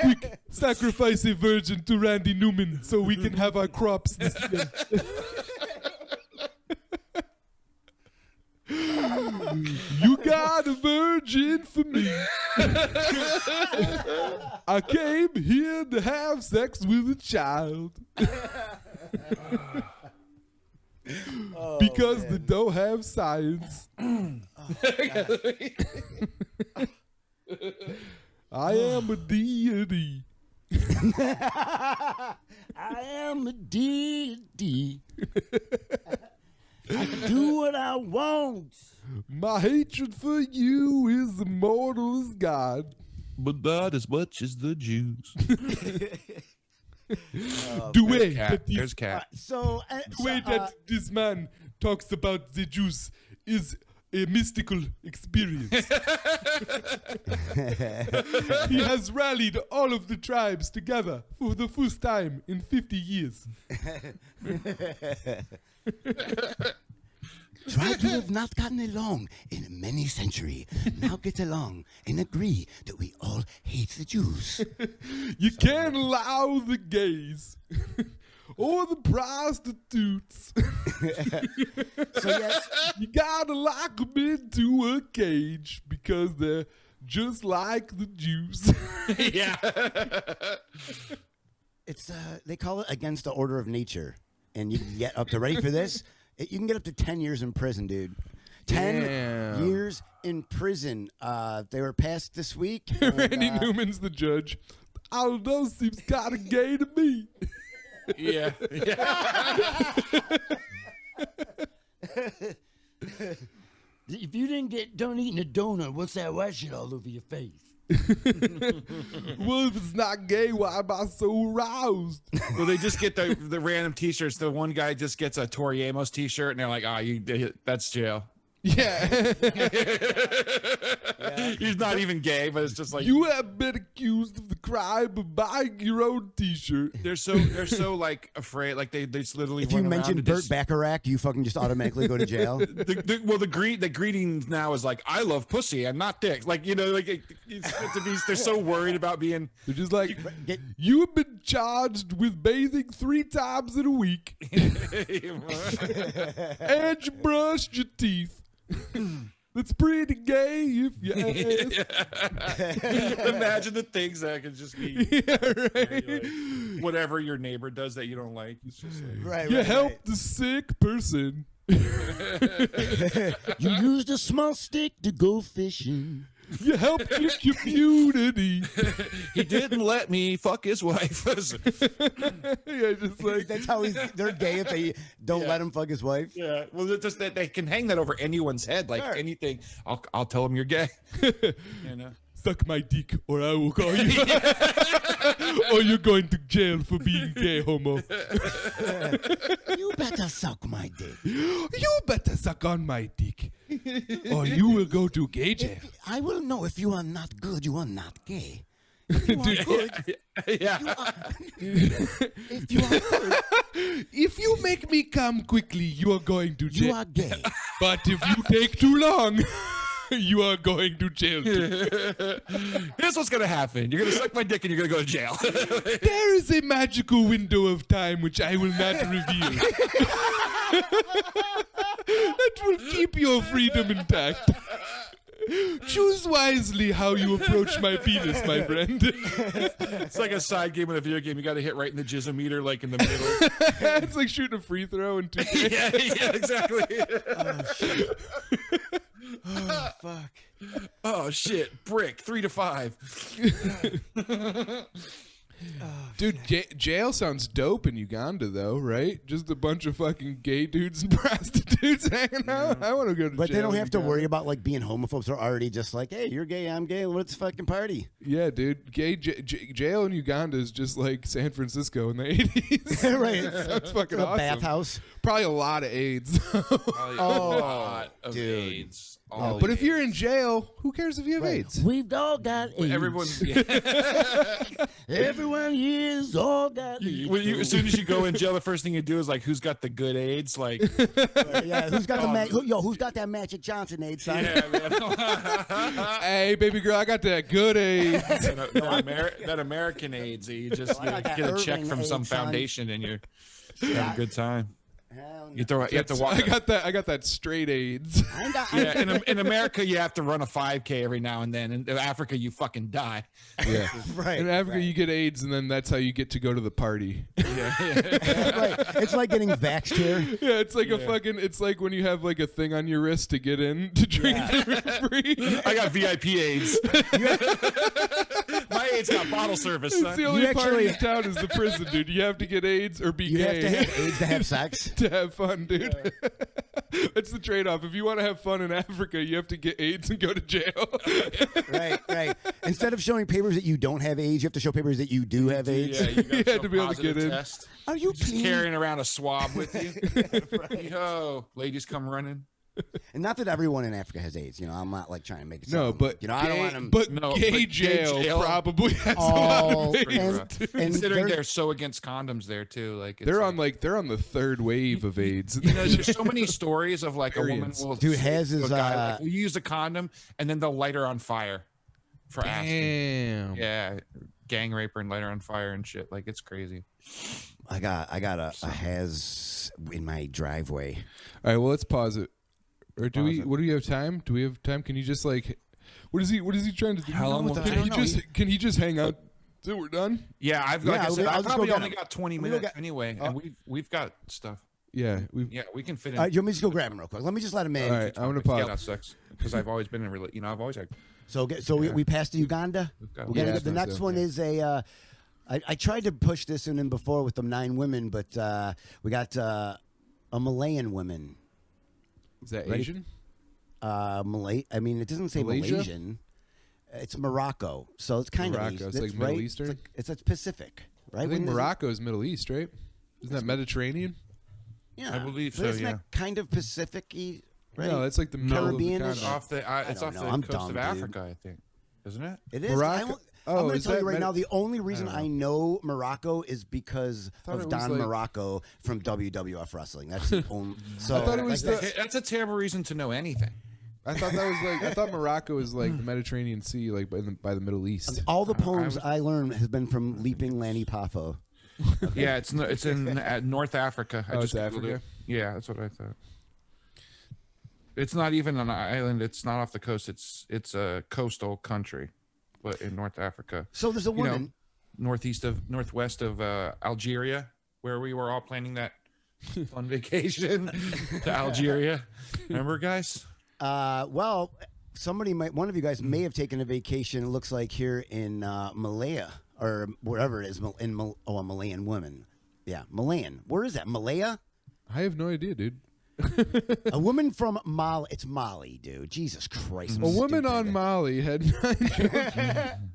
Speaker 4: Quick, sacrifice a virgin to Randy Newman so we can have our crops this year. you got a virgin for me. I came here to have sex with a child. because they don't have science. I am a deity.
Speaker 5: I am a deity. I can do what I want.
Speaker 4: My hatred for you is immortal as God.
Speaker 3: But not as much as the Jews.
Speaker 4: the way
Speaker 7: Cat.
Speaker 4: that,
Speaker 7: There's
Speaker 4: this,
Speaker 7: cat.
Speaker 5: So, uh,
Speaker 4: the way
Speaker 5: so, uh,
Speaker 4: that this man talks about the Jews is a mystical experience. he has rallied all of the tribes together for the first time in 50 years.
Speaker 5: tribes who have not gotten along in many centuries now get along and agree that we all hate the Jews.
Speaker 4: You can't allow the gays or the prostitutes.
Speaker 5: So yes,
Speaker 4: you gotta lock them into a cage because they're just like the Jews.
Speaker 3: yeah.
Speaker 5: it's uh, they call it against the order of nature, and you can get up to ready for this. It, you can get up to ten years in prison, dude. Ten
Speaker 10: Damn.
Speaker 5: years in prison. Uh, they were passed this week. and,
Speaker 4: Randy
Speaker 5: uh,
Speaker 4: Newman's the judge. All of those seems kind of gay to me.
Speaker 3: Yeah. Yeah.
Speaker 11: If you didn't get done eating a donut, what's that white shit all over your face?
Speaker 4: Well, if it's not gay, why am I so aroused?
Speaker 3: Well, they just get the, the random T-shirts. The one guy just gets a Tori Amos T-shirt, and they're like, "Ah, you that's jail."
Speaker 4: Yeah,
Speaker 3: He's not even gay, but it's just like
Speaker 4: you have been accused of the crime of buying your own T-shirt.
Speaker 3: they're so they're so like afraid. Like they they just literally.
Speaker 5: If you
Speaker 3: run around
Speaker 5: mention
Speaker 3: and
Speaker 5: Burt
Speaker 3: just-
Speaker 5: Bacharach, you fucking just automatically go to jail.
Speaker 3: The, the, well, the greet the greeting now is like, "I love pussy and not dick." Like you know, like it, it's meant to be. They're so worried about being.
Speaker 4: They're just like,
Speaker 5: Get-
Speaker 4: you have been charged with bathing three times in a week, and you brushed your teeth. That's pretty gay. If you ask.
Speaker 3: Imagine the things that could just be
Speaker 4: right.
Speaker 3: whatever your neighbor does that you don't like. It's just like,
Speaker 5: Right,
Speaker 4: You
Speaker 5: right,
Speaker 4: help
Speaker 5: right.
Speaker 4: the sick person.
Speaker 12: You used a small stick to go fishing.
Speaker 4: You help your community.
Speaker 3: he didn't let me fuck his wife.
Speaker 4: yeah, just like
Speaker 5: That's how he's. They're gay if they don't let him fuck his wife.
Speaker 3: yeah, well, it's just that they can hang that over anyone's head, like
Speaker 5: Sure.
Speaker 3: anything. I'll I'll tell him you're gay. you know.
Speaker 4: suck my dick or I will call you. or you're going to jail for being gay, homo.
Speaker 12: You better suck my dick.
Speaker 4: You better suck on my dick, or you will go to gay jail.
Speaker 12: I will know if you are not good, you are not gay. If you are good,
Speaker 3: Yeah.
Speaker 12: if you are good,
Speaker 4: If you make me come quickly, you are going to jail.
Speaker 12: you are gay.
Speaker 4: But if you take too long, you are going to jail. too.
Speaker 3: Here's what's gonna happen. You're gonna suck my dick and you're gonna go to jail.
Speaker 4: there is a magical window of time which I will not reveal. that will keep your freedom intact. Choose wisely how you approach my penis, my friend.
Speaker 3: it's like a side game in a video game. You gotta hit right in the jismometer, like in the middle.
Speaker 4: it's like shooting a free throw and two.
Speaker 3: yeah, yeah, exactly.
Speaker 5: Fuck.
Speaker 3: oh shit. Brick, three to five.
Speaker 4: Dude, j- jail sounds dope in Uganda, though, right? Just a bunch of fucking gay dudes and prostitutes hanging out. I want to go to jail.
Speaker 5: But they don't
Speaker 4: in
Speaker 5: have to
Speaker 4: Uganda.
Speaker 5: worry about like being homophobes. They're already just like, hey, you're gay, I'm gay. Let's fucking party.
Speaker 4: Yeah, dude, gay j- j- jail in Uganda is just like San Francisco in the eighties.
Speaker 5: Right.
Speaker 4: that's fucking
Speaker 5: a
Speaker 4: awesome.
Speaker 5: bathhouse.
Speaker 4: Probably a lot of AIDS.
Speaker 5: Oh,
Speaker 3: of
Speaker 5: dude. Oh,
Speaker 3: AIDS. All
Speaker 4: but if
Speaker 3: AIDS.
Speaker 4: you're in jail, who cares if you have AIDS?
Speaker 12: We've all got AIDS.
Speaker 3: everyone, yeah.
Speaker 12: Everyone here's all got AIDS.
Speaker 3: Well, you, as soon as you go in jail, the first thing you do is like, who's got the good AIDS? Like,
Speaker 5: yeah. Who's got the ma- who- yo? Who's got that Magic Johnson aid sign?
Speaker 4: Hey, baby girl, I got that good AIDS.
Speaker 3: that, that Amer- that American AIDS, that you just you
Speaker 5: got that
Speaker 3: get a check
Speaker 5: Irving
Speaker 3: from some
Speaker 5: AIDS, son.
Speaker 3: foundation and you're having a good time.
Speaker 5: Hell no.
Speaker 3: You throw, you have to walk.
Speaker 4: I got that. I got that straight AIDS.
Speaker 5: I ain't got- I ain't-
Speaker 3: yeah, in, in America, you have to run a 5K every now and then. In Africa, you fucking die.
Speaker 4: Yeah.
Speaker 5: Right.
Speaker 4: In Africa, you get AIDS, and then that's how you get to go to the party.
Speaker 5: right. It's like getting vaxxed here.
Speaker 4: Yeah, it's like a fucking. It's like when you have like a thing on your wrist to get in to drink for free.
Speaker 3: I got VIP AIDS. My AIDS got bottle service,
Speaker 4: It's the
Speaker 3: son.
Speaker 4: only party
Speaker 5: actually-
Speaker 4: in town is the prison, dude. You have to get AIDS or be
Speaker 5: You have
Speaker 4: gay
Speaker 5: to have AIDS to have sex.
Speaker 4: to have fun, dude. That's the trade-off. If you want to have fun in Africa, you have to get AIDS and go to jail.
Speaker 5: Right. Right. Instead of showing papers that you don't have AIDS, you have to show papers that you do have AIDS.
Speaker 3: Yeah, you, got
Speaker 4: You had
Speaker 3: show
Speaker 4: to be able to
Speaker 3: positive
Speaker 4: get in.
Speaker 3: Test.
Speaker 12: Are you
Speaker 3: Just
Speaker 12: clean?
Speaker 3: carrying around a swab with you. Yo, ladies come running.
Speaker 5: And not that everyone in Africa has AIDS. You know, I'm not like trying to make it.
Speaker 4: no,
Speaker 5: sound-
Speaker 4: but
Speaker 5: you know, I don't
Speaker 4: gay-
Speaker 5: want Oh, them.
Speaker 4: But
Speaker 3: No,
Speaker 4: gay
Speaker 3: but gay
Speaker 4: jail,
Speaker 3: jail-
Speaker 4: probably has a lot
Speaker 5: all
Speaker 4: of AIDS.
Speaker 5: and,
Speaker 3: rough.
Speaker 5: and
Speaker 3: Considering
Speaker 5: very-
Speaker 3: they're so against condoms there too, like it's
Speaker 4: They're on
Speaker 3: like,
Speaker 4: like they're on the third wave of AIDS.
Speaker 3: you know, there's so many stories of like a woman
Speaker 4: Experience.
Speaker 3: will
Speaker 5: Dude,
Speaker 3: say
Speaker 5: Hez
Speaker 3: to a
Speaker 5: is,
Speaker 3: guy,
Speaker 5: uh,
Speaker 3: like, will you use a condom and then they'll light her on fire for asking.
Speaker 4: Damn.
Speaker 3: Yeah, gang rape her and light her on fire and shit. Like it's crazy.
Speaker 5: I got I got a, a has in my driveway.
Speaker 4: All right, well, let's pause it. Or do we? What do we have time? Do we have time? Can you just like, what is he? What is he trying to do? How
Speaker 5: long will
Speaker 4: Can
Speaker 5: it
Speaker 4: he
Speaker 5: take?
Speaker 4: just? Can he just hang out? till we're done.
Speaker 3: Yeah, I've like
Speaker 5: Yeah,
Speaker 3: I
Speaker 5: I'll
Speaker 3: said,
Speaker 5: go-
Speaker 3: I
Speaker 5: I'll just go
Speaker 3: probably
Speaker 5: get
Speaker 3: only
Speaker 5: him.
Speaker 3: got 20
Speaker 5: Let me go
Speaker 3: minutes
Speaker 5: get-
Speaker 3: anyway, and we've we've got stuff.
Speaker 4: Yeah. We've,
Speaker 3: Yeah, we can fit in.
Speaker 5: All right, you want me to just go grab him real quick? Let me just let him in.
Speaker 4: All right. I'm gonna
Speaker 3: yeah,
Speaker 4: pause.
Speaker 3: that sucks. Because I've always been in, rela- you know, I've always had.
Speaker 5: So get, so we, we passed to Uganda.
Speaker 3: got-
Speaker 5: We're gonna
Speaker 4: Yeah,
Speaker 5: go- the
Speaker 4: I think
Speaker 5: next
Speaker 4: so,
Speaker 5: one is a. Uh, I, I tried to push this in him before with them nine women, but uh, we got uh, a Malayan woman.
Speaker 4: Is that
Speaker 5: Ready?
Speaker 4: Asian?
Speaker 5: Uh, Malay. I mean, it doesn't say
Speaker 4: Malaysia?
Speaker 5: Malaysian. It's Morocco, so it's kind
Speaker 4: Morocco,
Speaker 5: of
Speaker 4: it's like Middle Eastern?
Speaker 5: It's, like, it's, it's Pacific, right?
Speaker 4: I think
Speaker 5: Wouldn't it-
Speaker 4: Morocco is Middle East, right? Isn't that Mediterranean?
Speaker 5: Yeah,
Speaker 3: believe
Speaker 5: But
Speaker 3: so,
Speaker 5: Isn't
Speaker 3: yeah.
Speaker 5: that kind of Pacific-y? Right?
Speaker 4: No, that's like the middle
Speaker 5: Caribbean
Speaker 4: of
Speaker 5: is
Speaker 4: the
Speaker 3: It's
Speaker 4: continent.
Speaker 3: off the, uh, it's
Speaker 5: don't
Speaker 3: off
Speaker 5: know,
Speaker 3: the
Speaker 5: I'm
Speaker 3: coast
Speaker 5: dumb,
Speaker 3: of
Speaker 5: dude.
Speaker 3: Africa, I think, isn't it?
Speaker 5: It is.
Speaker 4: Morocco-
Speaker 5: I, am
Speaker 4: Oh,
Speaker 5: going
Speaker 4: is
Speaker 5: to tell
Speaker 4: that
Speaker 5: you right
Speaker 4: Medi-
Speaker 5: now. The only reason I know Morocco is because
Speaker 4: it
Speaker 5: of
Speaker 4: was
Speaker 5: Don
Speaker 4: like-
Speaker 5: Morocco from WWF wrestling. That's the only. So
Speaker 4: I thought it was
Speaker 5: like
Speaker 4: the-
Speaker 5: that's-
Speaker 3: That's a terrible reason to know anything.
Speaker 4: I thought that was like I thought Morocco was like the Mediterranean Sea, like by the, by the Middle East.
Speaker 5: all the poems I, learned has been from Leaping Lanny Poffo.
Speaker 3: Yeah, it's no, it's in uh, North Africa. I
Speaker 4: Oh,
Speaker 3: just
Speaker 4: it's
Speaker 3: Googled it.
Speaker 4: Africa?
Speaker 3: Yeah, that's what I thought. It's not even an island. It's not off the coast. It's it's a coastal country, but in North Africa,
Speaker 5: So there's a
Speaker 3: you know,
Speaker 5: woman.
Speaker 3: northeast of northwest of uh, Algeria, where we were all planning that fun vacation to Algeria. Remember, guys?
Speaker 5: Uh, well, somebody might, one of you guys
Speaker 4: Hmm.
Speaker 5: may have taken a vacation. It looks like here in uh, Malaya or wherever it is. Mal- In Mal- oh, a Malayan woman. Yeah, Malayan. Where is that? Malaya.
Speaker 4: I have no idea, dude.
Speaker 5: a woman from Mali. It's Mali, dude. Jesus Christ.
Speaker 4: A woman on Molly had nine children,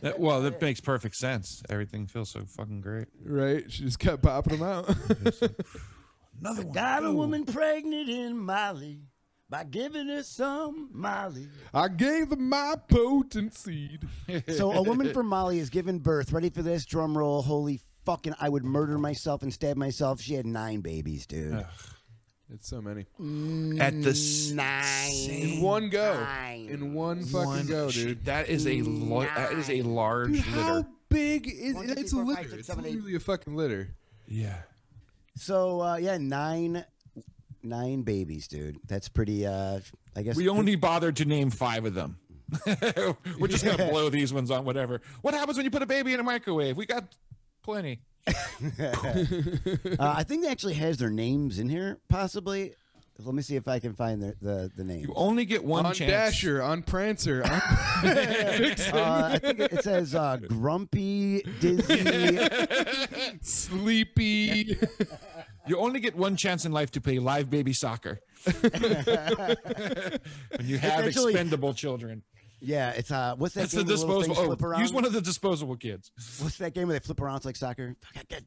Speaker 3: That, well, that makes perfect sense. Everything feels so fucking great.
Speaker 4: right? She just kept popping them out.
Speaker 3: Another one.
Speaker 8: Got a woman pregnant in Molly by giving her some Molly.
Speaker 4: I gave them my potent seed.
Speaker 5: So a woman from Mali is given birth. Ready for this? Drum roll. Holy fucking! I would murder myself and stab myself. She had nine babies, dude.
Speaker 4: It's so many.
Speaker 3: At the s-
Speaker 5: Nine.
Speaker 4: In one go.
Speaker 5: Nine.
Speaker 4: In one fucking go, dude.
Speaker 3: That is a lo- that is a large
Speaker 4: Dude,
Speaker 3: litter.
Speaker 4: how big is
Speaker 5: One, two,
Speaker 4: it's a
Speaker 5: three, four,
Speaker 4: litter?
Speaker 5: five, six,
Speaker 4: it's
Speaker 5: seven, eight.
Speaker 4: literally a fucking litter.
Speaker 3: Yeah.
Speaker 5: So uh, yeah, nine, nine babies, dude. That's pretty. Uh, I guess
Speaker 7: We only bothered to name five of them. We're just gonna blow these ones on whatever. What happens when you put a baby in a microwave? We got plenty.
Speaker 5: Uh, I think they actually has their names in here, possibly. Let me see if I can find their, the the name.
Speaker 7: You only get one
Speaker 4: On
Speaker 7: chance.
Speaker 4: Dasher, on Prancer, on
Speaker 5: Uh, I think it it says uh, grumpy, dizzy.
Speaker 4: Sleepy.
Speaker 7: You only get one chance in life to play live baby soccer. when you have
Speaker 5: Essentially-
Speaker 7: expendable children,
Speaker 5: yeah, it's uh, what's that
Speaker 7: that's the
Speaker 5: game? where little things
Speaker 7: disposable. Oh,
Speaker 5: flip around?
Speaker 7: use one of the disposable kids.
Speaker 5: what's that game where they flip around? It's like soccer. Fuck, I get-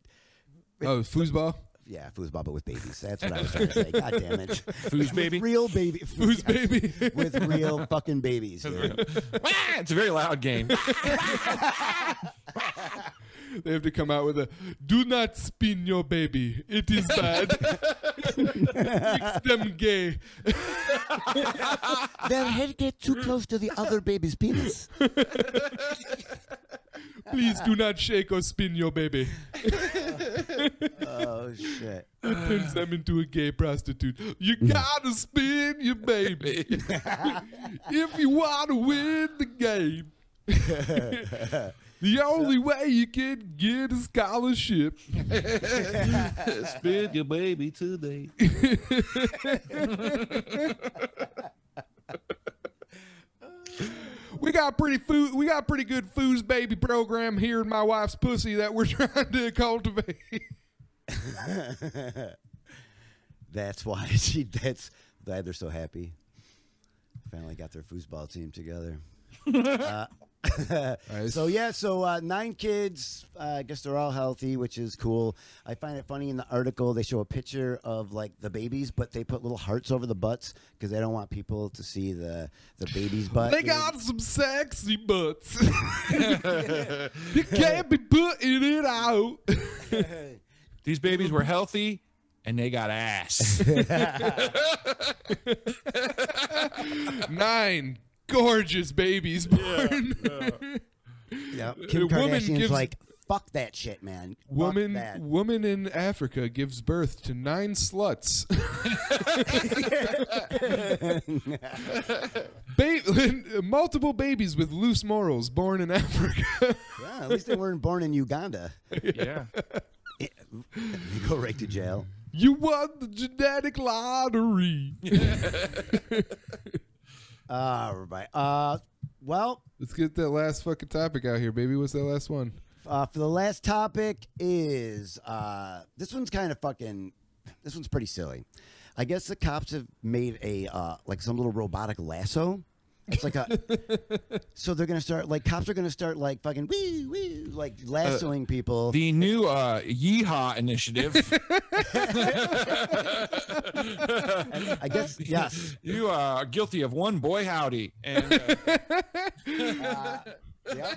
Speaker 4: oh, foosball.
Speaker 5: Yeah, foosball, but with babies. That's what I was trying to say. God damn it,
Speaker 7: Foos baby.
Speaker 5: With real baby,
Speaker 4: Who's baby?
Speaker 5: with real fucking babies. dude.
Speaker 7: Wah! it's a very loud game.
Speaker 4: they have to come out with a do not spin your baby. It is bad. Makes them gay.
Speaker 5: Their head get too close to the other baby's penis.
Speaker 4: Please do not shake or spin your baby.
Speaker 5: Oh shit.
Speaker 4: It turns them into a gay prostitute. You gotta spin your baby if you wanna win the game. the only way you can get a scholarship.
Speaker 7: Spit your baby today.
Speaker 4: We got pretty food. We got pretty good food's baby program here in my wife's pussy that we're trying to cultivate.
Speaker 5: That's why she. That's why they're so happy. Finally got their foosball team together. Uh, So yeah, so uh, nine kids. Uh, I guess they're all healthy, which is cool. I find it funny in the article they show a picture of like the babies, but they put little hearts over the butts because they don't want people to see the the baby's butt.
Speaker 4: They
Speaker 5: dude.
Speaker 4: got some sexy butts. you can't be putting it out.
Speaker 7: These babies were healthy and they got ass.
Speaker 4: Nine gorgeous babies born.
Speaker 5: Yeah. Kim
Speaker 4: A woman
Speaker 5: Kardashian's
Speaker 4: gives-
Speaker 5: like, "Fuck that shit, man." Fuck
Speaker 4: Woman,
Speaker 5: that."
Speaker 4: woman in Africa gives birth to nine sluts. ba- multiple babies with loose morals born in Africa.
Speaker 5: Yeah, at least they weren't born in Uganda.
Speaker 3: Yeah.
Speaker 5: They go right to jail.
Speaker 4: you won the genetic lottery.
Speaker 5: All right. Uh, well,
Speaker 4: Let's get that last fucking topic out here, baby. What's that last one?
Speaker 5: uh, for the last topic is uh, this one's kind of fucking. This one's pretty silly. I guess the cops have made a uh, like some little robotic lasso. It's like a. so they're gonna start like cops are gonna start like fucking wee wee like lassoing people.
Speaker 7: the new uh, Yeehaw initiative.
Speaker 5: I guess yes.
Speaker 7: You
Speaker 3: uh,
Speaker 7: are guilty of one boy howdy. And uh,
Speaker 5: Yeah,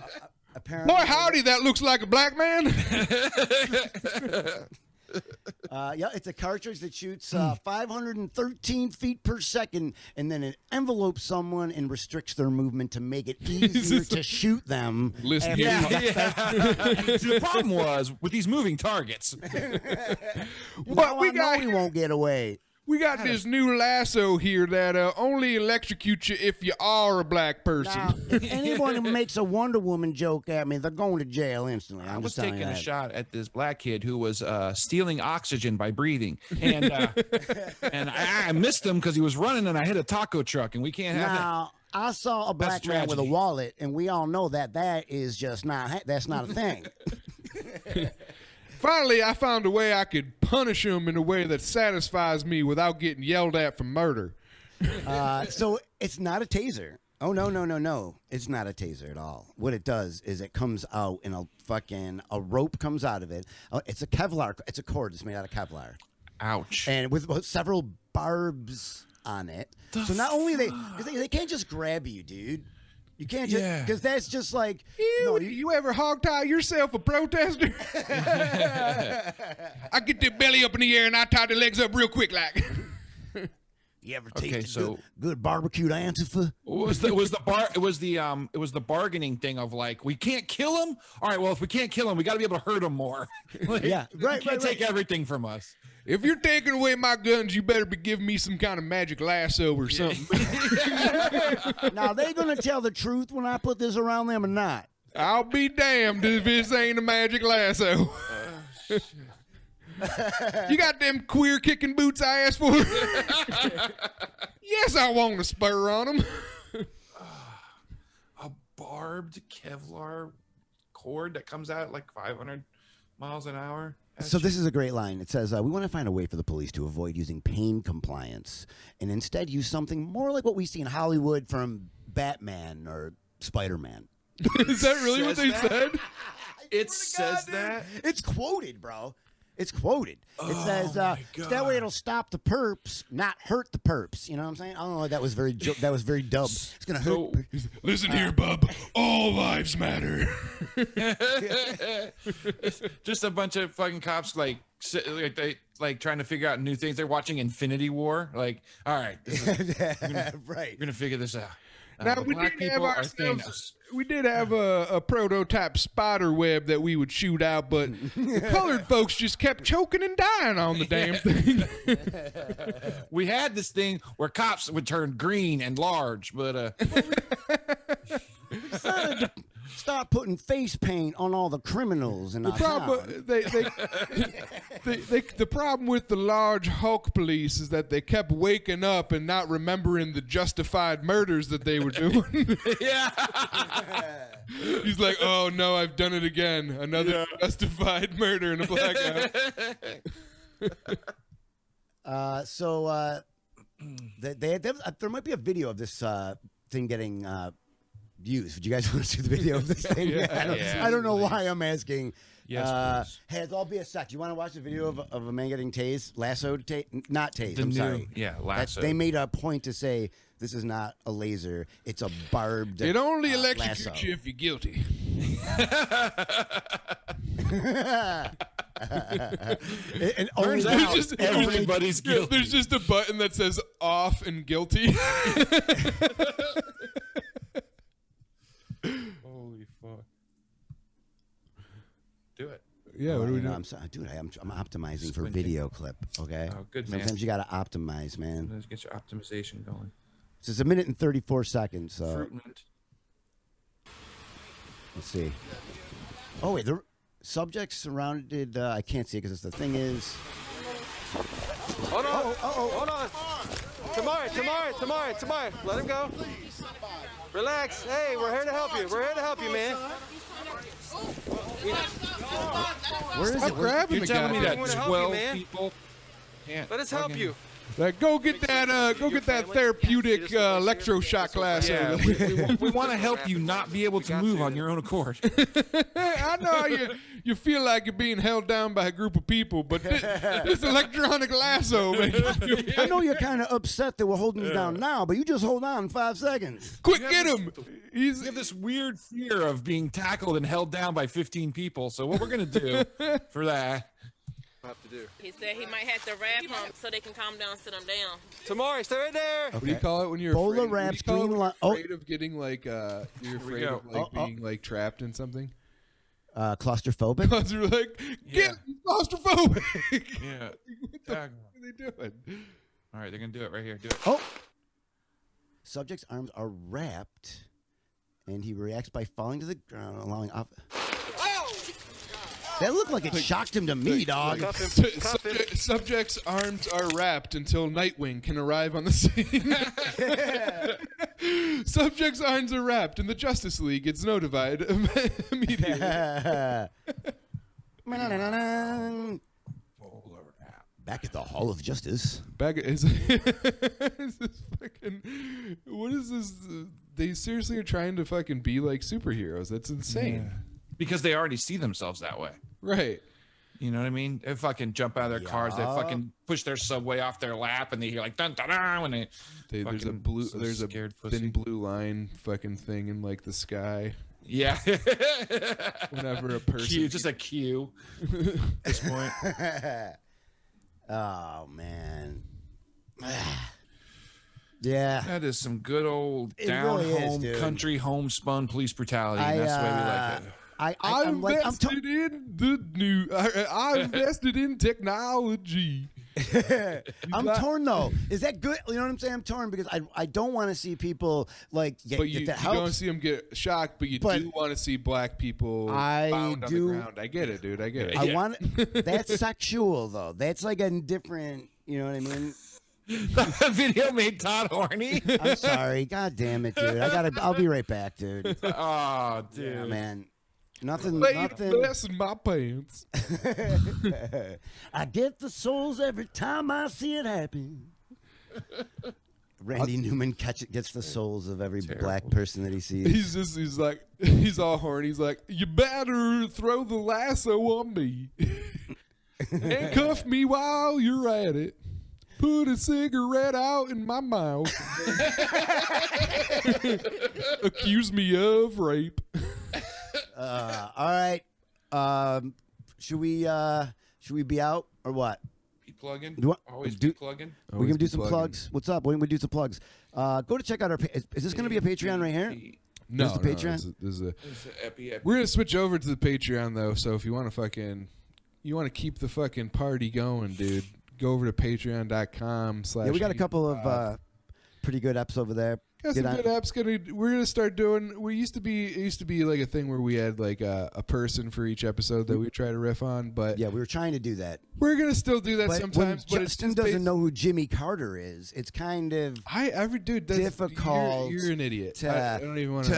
Speaker 5: apparently.
Speaker 4: Boy, howdy, that looks like a black man.
Speaker 5: Uh, yeah, it's a cartridge that shoots
Speaker 3: Hmm.
Speaker 5: uh, 513 feet per second, and then it envelopes someone and restricts their movement to make it easier to shoot them.
Speaker 4: Listen,
Speaker 5: after
Speaker 4: yeah,
Speaker 5: you-
Speaker 7: See, the problem was with these moving targets.
Speaker 5: Now
Speaker 4: what we
Speaker 5: I know
Speaker 4: got
Speaker 5: he won't get away.
Speaker 4: We got this new lasso here that uh, only electrocutes you if you are a black person.
Speaker 5: Now, if anyone who makes a Wonder Woman joke at me, they're going to jail instantly. I'm
Speaker 3: I was
Speaker 5: just telling
Speaker 3: taking
Speaker 5: you
Speaker 3: a
Speaker 5: that.
Speaker 3: shot at this black kid who was uh, stealing oxygen by breathing, and uh, and I, I missed him because he was running, and I hit a taco truck, and we can't have that.
Speaker 5: Now, I saw a black man with a
Speaker 3: tragedy.
Speaker 5: wallet, and we all know that that is just not ha- that's not a thing.
Speaker 4: Finally, I found a way I could punish him in a way that satisfies me without getting yelled at for murder.
Speaker 5: uh, so it's not a taser. Oh no no no no! It's not a taser at all. What it does is it comes out in a fucking a rope comes out of it. Uh, It's a Kevlar. It's a cord that's made out of Kevlar.
Speaker 3: Ouch!
Speaker 5: and with with several barbs on it. so not only they, 'cause they they can't just grab you, dude. You can't just
Speaker 4: Yeah.
Speaker 5: because that's just like
Speaker 4: You,
Speaker 5: no,
Speaker 4: you,
Speaker 5: you-
Speaker 4: ever hogtie yourself a protester? I get their belly up in the air and I tie their legs up real quick, like.
Speaker 5: you ever
Speaker 3: Okay,
Speaker 5: taste a
Speaker 3: so-
Speaker 5: good, good barbecued antifa?
Speaker 3: What was the, it was the bar? It was the um. It was the bargaining thing of like we can't kill him. All right, well if we can't kill him, we got to be able to hurt him more. Like,
Speaker 5: Yeah,
Speaker 3: you
Speaker 5: right,
Speaker 3: Can't
Speaker 5: right, right.
Speaker 3: take everything from us.
Speaker 4: If you're taking away my guns, you better be giving me some kind of magic lasso or something.
Speaker 5: now are they gonna tell the truth when I put this around them or not?
Speaker 4: I'll be damned if this ain't a magic lasso. you got them queer kicking boots I asked for? yes, I want a spur on them.
Speaker 3: A barbed Kevlar cord that comes out at like 500 miles an hour.
Speaker 5: So this is a great line. It says, uh, "We want to find a way for the police to avoid using pain compliance and instead use something more like what we see in Hollywood from Batman or Spider-Man."
Speaker 4: Is that really what they
Speaker 3: Says that?
Speaker 4: said?
Speaker 3: it says that.
Speaker 5: It's quoted, bro. It's quoted. It says uh, so that way it'll stop the perps, not hurt the perps. You know what I'm saying? I don't know. That was very ju- that was very dub. It's gonna hurt.
Speaker 3: So-
Speaker 5: per-
Speaker 4: Listen here, bub. All lives matter.
Speaker 3: just a bunch of fucking cops like si- like they like trying to figure out new things. They're watching Infinity War. Like, all right, this is,
Speaker 5: right.
Speaker 3: we're gonna figure this out. Uh,
Speaker 4: Now
Speaker 3: the
Speaker 4: we
Speaker 3: black
Speaker 4: did have
Speaker 3: people are
Speaker 4: ourselves. We did have a, a prototype spider web that we would shoot out, but the colored folks just kept choking and dying on the damn thing.
Speaker 3: Thanos. We had this thing where cops would turn green and large, but uh,
Speaker 5: Stop putting face paint on all the criminals and
Speaker 4: The
Speaker 5: problem.
Speaker 4: problem, uh, they, they, they, they, the problem with the large Hulk police is that they kept waking up and not remembering the justified murders that they were doing.
Speaker 3: yeah,
Speaker 4: He's like, "Oh no, I've done it again! Another justified murder in a black guy."
Speaker 5: Uh, so uh, they, they, they, uh, there might be a video of this uh, thing getting uh, views. Would you guys want to see the video of this thing? I, don't,
Speaker 3: Yeah.
Speaker 5: I don't know why I'm asking.
Speaker 3: Yes,
Speaker 5: Uh,
Speaker 3: please.
Speaker 5: hey, it's all BS sucks. You want to watch the video of, of a man getting tased, lassoed, ta- not tased.
Speaker 3: The
Speaker 5: I'm
Speaker 3: new-
Speaker 5: sorry.
Speaker 3: yeah,
Speaker 5: That's-
Speaker 3: lassoed.
Speaker 5: They made a point to say this is not a laser; it's a barbed.
Speaker 4: It only
Speaker 5: uh,
Speaker 4: electrocutes
Speaker 5: lasso.
Speaker 4: you if you're guilty.
Speaker 5: It, it only
Speaker 3: Turns
Speaker 4: There's
Speaker 3: out
Speaker 4: just-
Speaker 5: every-
Speaker 3: everybody's
Speaker 4: yeah,
Speaker 3: guilty.
Speaker 4: There's just a button that says off and guilty.
Speaker 3: Holy fuck! Do it.
Speaker 9: Yeah, what
Speaker 5: Oh,
Speaker 9: do we
Speaker 5: you know,
Speaker 9: do?
Speaker 5: I'm sorry, dude. I am, I'm optimizing for video clip. Okay.
Speaker 3: Oh, good man.
Speaker 5: Sometimes you gotta optimize, man.
Speaker 3: Let's get your optimization going.
Speaker 5: This is a minute and 34 seconds. So
Speaker 3: Fruit mint.
Speaker 5: let's see. Oh wait, the subject surrounded. Uh, I can't see it because the thing is.
Speaker 13: Hold on. Hold on. Tomorrow, tomorrow, tomorrow, tomorrow. Let him go. Relax. Hey, we're here to help you. We're here to help you, man.
Speaker 5: Where is
Speaker 4: I'm
Speaker 5: it? Where-
Speaker 4: grabbing
Speaker 3: You're
Speaker 4: the
Speaker 3: telling me
Speaker 4: guy.
Speaker 13: goddamn- Everyone help
Speaker 3: that
Speaker 13: you,
Speaker 3: twelve
Speaker 13: man.
Speaker 3: people can't
Speaker 13: Let us help
Speaker 3: fucking-
Speaker 13: you.
Speaker 4: Like, go get that. Uh, go get that therapeutic uh, electroshock glass.
Speaker 3: Yeah,
Speaker 4: over
Speaker 3: we,
Speaker 4: there.
Speaker 3: want to help you not be able
Speaker 13: We
Speaker 3: to
Speaker 13: got
Speaker 3: move
Speaker 13: you.
Speaker 3: on your own accord.
Speaker 4: I know how you you feel like you're being held down by a group of people, but this, this electronic lasso. Man,
Speaker 5: I know you're kind of upset that we're holding you down now, but you just hold on five seconds.
Speaker 4: quick, get him.
Speaker 3: We
Speaker 4: He's
Speaker 3: have this weird fear of being tackled and held down by 15 people. So what we're gonna do for that?
Speaker 13: have to do.
Speaker 14: He said he might have to wrap him so they can calm down, sit him down.
Speaker 13: Tomorrow, stay right there.
Speaker 9: What do you call it when you're
Speaker 5: Bola
Speaker 9: afraid, what do
Speaker 5: wraps
Speaker 9: you call it when
Speaker 5: green
Speaker 9: you're
Speaker 5: li- oh.
Speaker 9: afraid of getting like uh you're afraid
Speaker 3: go.
Speaker 9: of like
Speaker 5: Oh, oh.
Speaker 9: being like trapped in something?
Speaker 5: Uh, claustrophobic.
Speaker 4: Cause you're like,
Speaker 3: Yeah.
Speaker 4: get him, claustrophobic.
Speaker 3: Yeah.
Speaker 4: what the fuck are they doing?
Speaker 3: All right, they're gonna do it right here. Do it.
Speaker 5: Oh. Subject's arms are wrapped, and he reacts by falling to the ground, allowing off.
Speaker 14: Oh!
Speaker 5: That looked like it shocked him to me, dog.
Speaker 15: Cuff him,
Speaker 4: Su-
Speaker 15: cuff him.
Speaker 4: subject- subject's arms are wrapped until Nightwing can arrive on the scene. subject's arms are wrapped, and the Justice League gets notified immediately.
Speaker 5: Back at the Hall of Justice.
Speaker 4: Back is, is this fucking what is this? They seriously are trying to fucking be like superheroes. That's insane.
Speaker 3: Because they already see themselves that way.
Speaker 4: Right.
Speaker 3: You know what I mean? They fucking jump out of their cars. They
Speaker 5: Yeah.
Speaker 3: fucking push their subway off their lap, and they hear like dun dun dun when they.
Speaker 4: They, there's a
Speaker 3: Fucking
Speaker 4: blue,
Speaker 3: so
Speaker 4: there's a
Speaker 3: scared pussy.
Speaker 4: thin blue line fucking thing in like the sky.
Speaker 3: Yeah.
Speaker 4: Whenever a person,
Speaker 3: Cue, just a cue. At this point,
Speaker 5: oh man. yeah.
Speaker 3: that is some good old
Speaker 5: It
Speaker 3: down
Speaker 5: really is,
Speaker 3: home
Speaker 5: dude.
Speaker 3: country homespun police brutality.
Speaker 5: I,
Speaker 3: and that's
Speaker 5: uh,
Speaker 3: the way we like it.
Speaker 5: I, I,
Speaker 4: I
Speaker 5: I'm like, I'm
Speaker 4: invested
Speaker 5: t-
Speaker 4: in the new. I, I invested in technology.
Speaker 5: I'm torn though. Is that good? You know what I'm saying? I'm torn because I I don't want to see people like get,
Speaker 4: But you,
Speaker 5: get
Speaker 4: you
Speaker 5: the
Speaker 4: don't
Speaker 5: help.
Speaker 4: see them get shocked, but you
Speaker 5: But
Speaker 4: do want to see black people
Speaker 5: I
Speaker 4: bound on the
Speaker 5: do-
Speaker 4: ground. I get it, dude. I get it.
Speaker 5: I want that's sexual though. That's like a different. You know what I mean?
Speaker 16: That video made Todd horny.
Speaker 5: I'm sorry. God damn it, dude. I gotta. I'll be right back, dude.
Speaker 3: Oh, dude.
Speaker 5: Yeah, man. Nothing.
Speaker 4: Lay
Speaker 5: nothing.
Speaker 4: this in my pants.
Speaker 17: I get the souls every time I see it happen.
Speaker 5: Randy Newman catch, gets the souls of every black person that he sees.
Speaker 4: He's just, he's like, he's all horny. He's like, you better throw the lasso on me. Handcuff me while you're at it. Put a cigarette out in my mouth. Accuse me of rape.
Speaker 5: Uh, all right. Um, should we? Uh, should we be out or what?
Speaker 3: Be plugging.
Speaker 5: You want-
Speaker 3: Always
Speaker 5: do-
Speaker 3: be plugging.
Speaker 5: we
Speaker 4: Always
Speaker 5: gonna do
Speaker 4: be
Speaker 5: some
Speaker 4: plugging.
Speaker 5: plugs. What's up? Why don't we do some plugs? Uh, go to check out our. Pa- is, is this gonna be a Patreon right here?
Speaker 4: No,
Speaker 5: There's the
Speaker 4: no,
Speaker 5: Patreon.
Speaker 4: there's a- there's a-
Speaker 3: It's a epi- epi-
Speaker 4: we're gonna switch over to the Patreon though. So if you want to fucking, you want to keep the fucking party going, dude, go over to patreon.com. slash
Speaker 5: Yeah, we got a couple of uh, pretty good eps over there.
Speaker 4: Got
Speaker 5: Get
Speaker 4: some
Speaker 5: on-
Speaker 4: good apps. Gonna we're gonna start doing. We used to be it used to be like a thing where we had like a, a person for each episode
Speaker 5: Mm-hmm.
Speaker 4: that we try to riff on, but
Speaker 5: Yeah, we were trying to do that.
Speaker 4: we're gonna still do that
Speaker 5: But
Speaker 4: sometimes.
Speaker 5: when
Speaker 4: But it's
Speaker 5: Justin
Speaker 4: just
Speaker 5: doesn't
Speaker 4: basi-
Speaker 5: know who Jimmy Carter is, it's kind of
Speaker 4: I every dude that's
Speaker 5: difficult
Speaker 4: You're, you're an idiot.
Speaker 5: to,
Speaker 4: I, I don't even want to.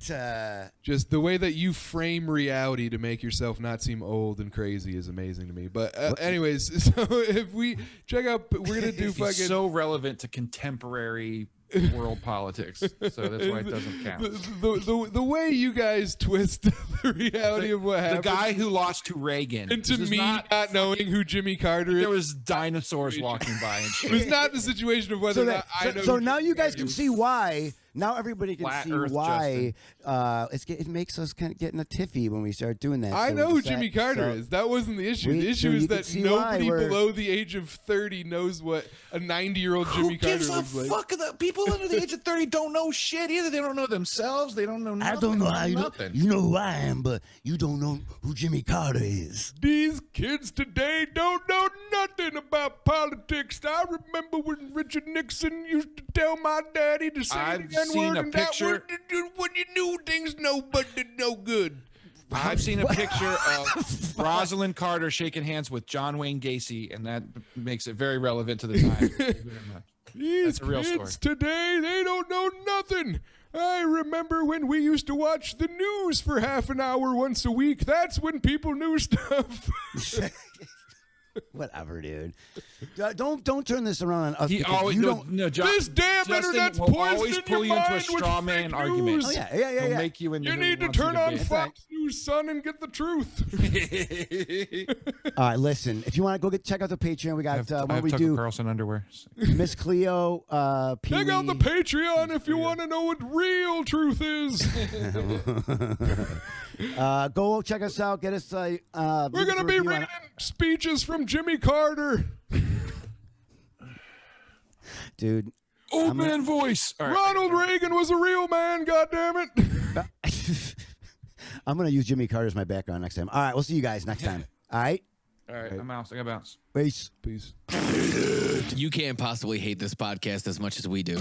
Speaker 5: to, to
Speaker 4: Just the way that you frame reality to make yourself not seem old and crazy is amazing to me. But uh, anyways, so if we check out, we're gonna do
Speaker 3: He's
Speaker 4: fucking.
Speaker 3: so relevant to contemporary world politics. So that's why it doesn't count.
Speaker 4: the, the, the, the way you guys twist the reality of what
Speaker 3: the
Speaker 4: happened.
Speaker 3: guy who lost to Reagan.
Speaker 4: and to
Speaker 3: This is
Speaker 4: me
Speaker 3: not-
Speaker 4: not, knowing who Jimmy Carter is
Speaker 3: there was dinosaurs walking by and
Speaker 4: it
Speaker 3: shit.
Speaker 4: was not the situation of whether
Speaker 5: so,
Speaker 4: or
Speaker 5: that,
Speaker 4: not I
Speaker 5: so,
Speaker 4: know.
Speaker 5: so
Speaker 4: who
Speaker 5: now
Speaker 4: Jimmy
Speaker 5: you guys
Speaker 4: Carter
Speaker 5: can
Speaker 4: is.
Speaker 5: see why. Now everybody can
Speaker 3: Flat
Speaker 5: see
Speaker 3: Earth,
Speaker 5: why uh, it's, get- it makes us kind of getting a tiffy when we start doing that.
Speaker 4: I
Speaker 5: So
Speaker 4: know
Speaker 5: we
Speaker 4: who
Speaker 5: decide-
Speaker 4: Jimmy Carter
Speaker 5: so-
Speaker 4: is. That wasn't the issue.
Speaker 5: we-
Speaker 4: the
Speaker 5: so
Speaker 4: issue
Speaker 5: you
Speaker 4: is
Speaker 5: can
Speaker 4: that
Speaker 5: see why
Speaker 4: nobody
Speaker 5: we're-
Speaker 4: below the age of 30 knows what a 90-year-old Jimmy
Speaker 16: Who
Speaker 4: Carter
Speaker 16: gives a
Speaker 4: looks like.
Speaker 16: fuck? The people under the age of thirty don't know shit either. They don't know themselves. They don't know. Nothing.
Speaker 17: I don't know how you know,
Speaker 16: nothing.
Speaker 17: you know who I am, but you don't know who Jimmy Carter is.
Speaker 4: These kids today don't know nothing about politics. I remember when Richard Nixon used to tell my daddy to say
Speaker 3: I've
Speaker 4: the N-word
Speaker 3: seen a
Speaker 4: and that
Speaker 3: picture-
Speaker 4: word when you knew things no but did no good.
Speaker 3: I've seen a picture of Rosalind Carter shaking hands with John Wayne Gacy, and that makes it very relevant to the time.
Speaker 4: These
Speaker 3: That's a real
Speaker 4: kids today, they don't know nothing. I remember when we used to watch the news for half an hour once a week. That's when people knew stuff.
Speaker 5: Whatever, dude. Uh, Don't don't turn this around on us.
Speaker 3: he
Speaker 5: because
Speaker 3: always
Speaker 5: you
Speaker 3: no,
Speaker 5: don't.
Speaker 3: no, John,
Speaker 4: this damn
Speaker 3: Justin
Speaker 4: internet's
Speaker 3: will always
Speaker 4: poisoning
Speaker 3: pull you
Speaker 4: your
Speaker 3: into a
Speaker 4: mind with
Speaker 3: straw man
Speaker 4: fake
Speaker 3: argument.
Speaker 4: news.
Speaker 5: Oh yeah, yeah, yeah,
Speaker 3: He'll
Speaker 5: yeah.
Speaker 3: make you into
Speaker 4: You
Speaker 3: who he
Speaker 4: need to
Speaker 3: wants you
Speaker 4: turn on
Speaker 3: be.
Speaker 4: Fox News, son, and get the truth.
Speaker 5: All right, listen. If you want to go get check out the Patreon, we
Speaker 3: I
Speaker 5: got
Speaker 3: have,
Speaker 5: uh,
Speaker 3: I
Speaker 5: what
Speaker 3: have
Speaker 5: we
Speaker 3: Tucker
Speaker 5: do.
Speaker 3: Carlson underwear.
Speaker 5: Miss Cleo, uh, Pee
Speaker 4: Check out the
Speaker 5: Wee.
Speaker 4: Patreon if you
Speaker 3: uh,
Speaker 4: want to know what real truth is.
Speaker 5: Uh, go check us out. Get us. Uh, uh,
Speaker 4: We're
Speaker 5: leave us
Speaker 4: going to
Speaker 5: a
Speaker 4: be
Speaker 5: review on-
Speaker 4: reading speeches from Jimmy Carter.
Speaker 5: dude.
Speaker 3: Old man voice. All right.
Speaker 4: Ronald Reagan was a real man, goddammit.
Speaker 5: I'm gonna use Jimmy Carter as my background next time. All right, we'll see you guys next time. All right.
Speaker 3: All right, I'm out. I gotta bounce.
Speaker 5: Peace.
Speaker 4: Peace.
Speaker 2: You can't possibly hate this podcast as much as we do.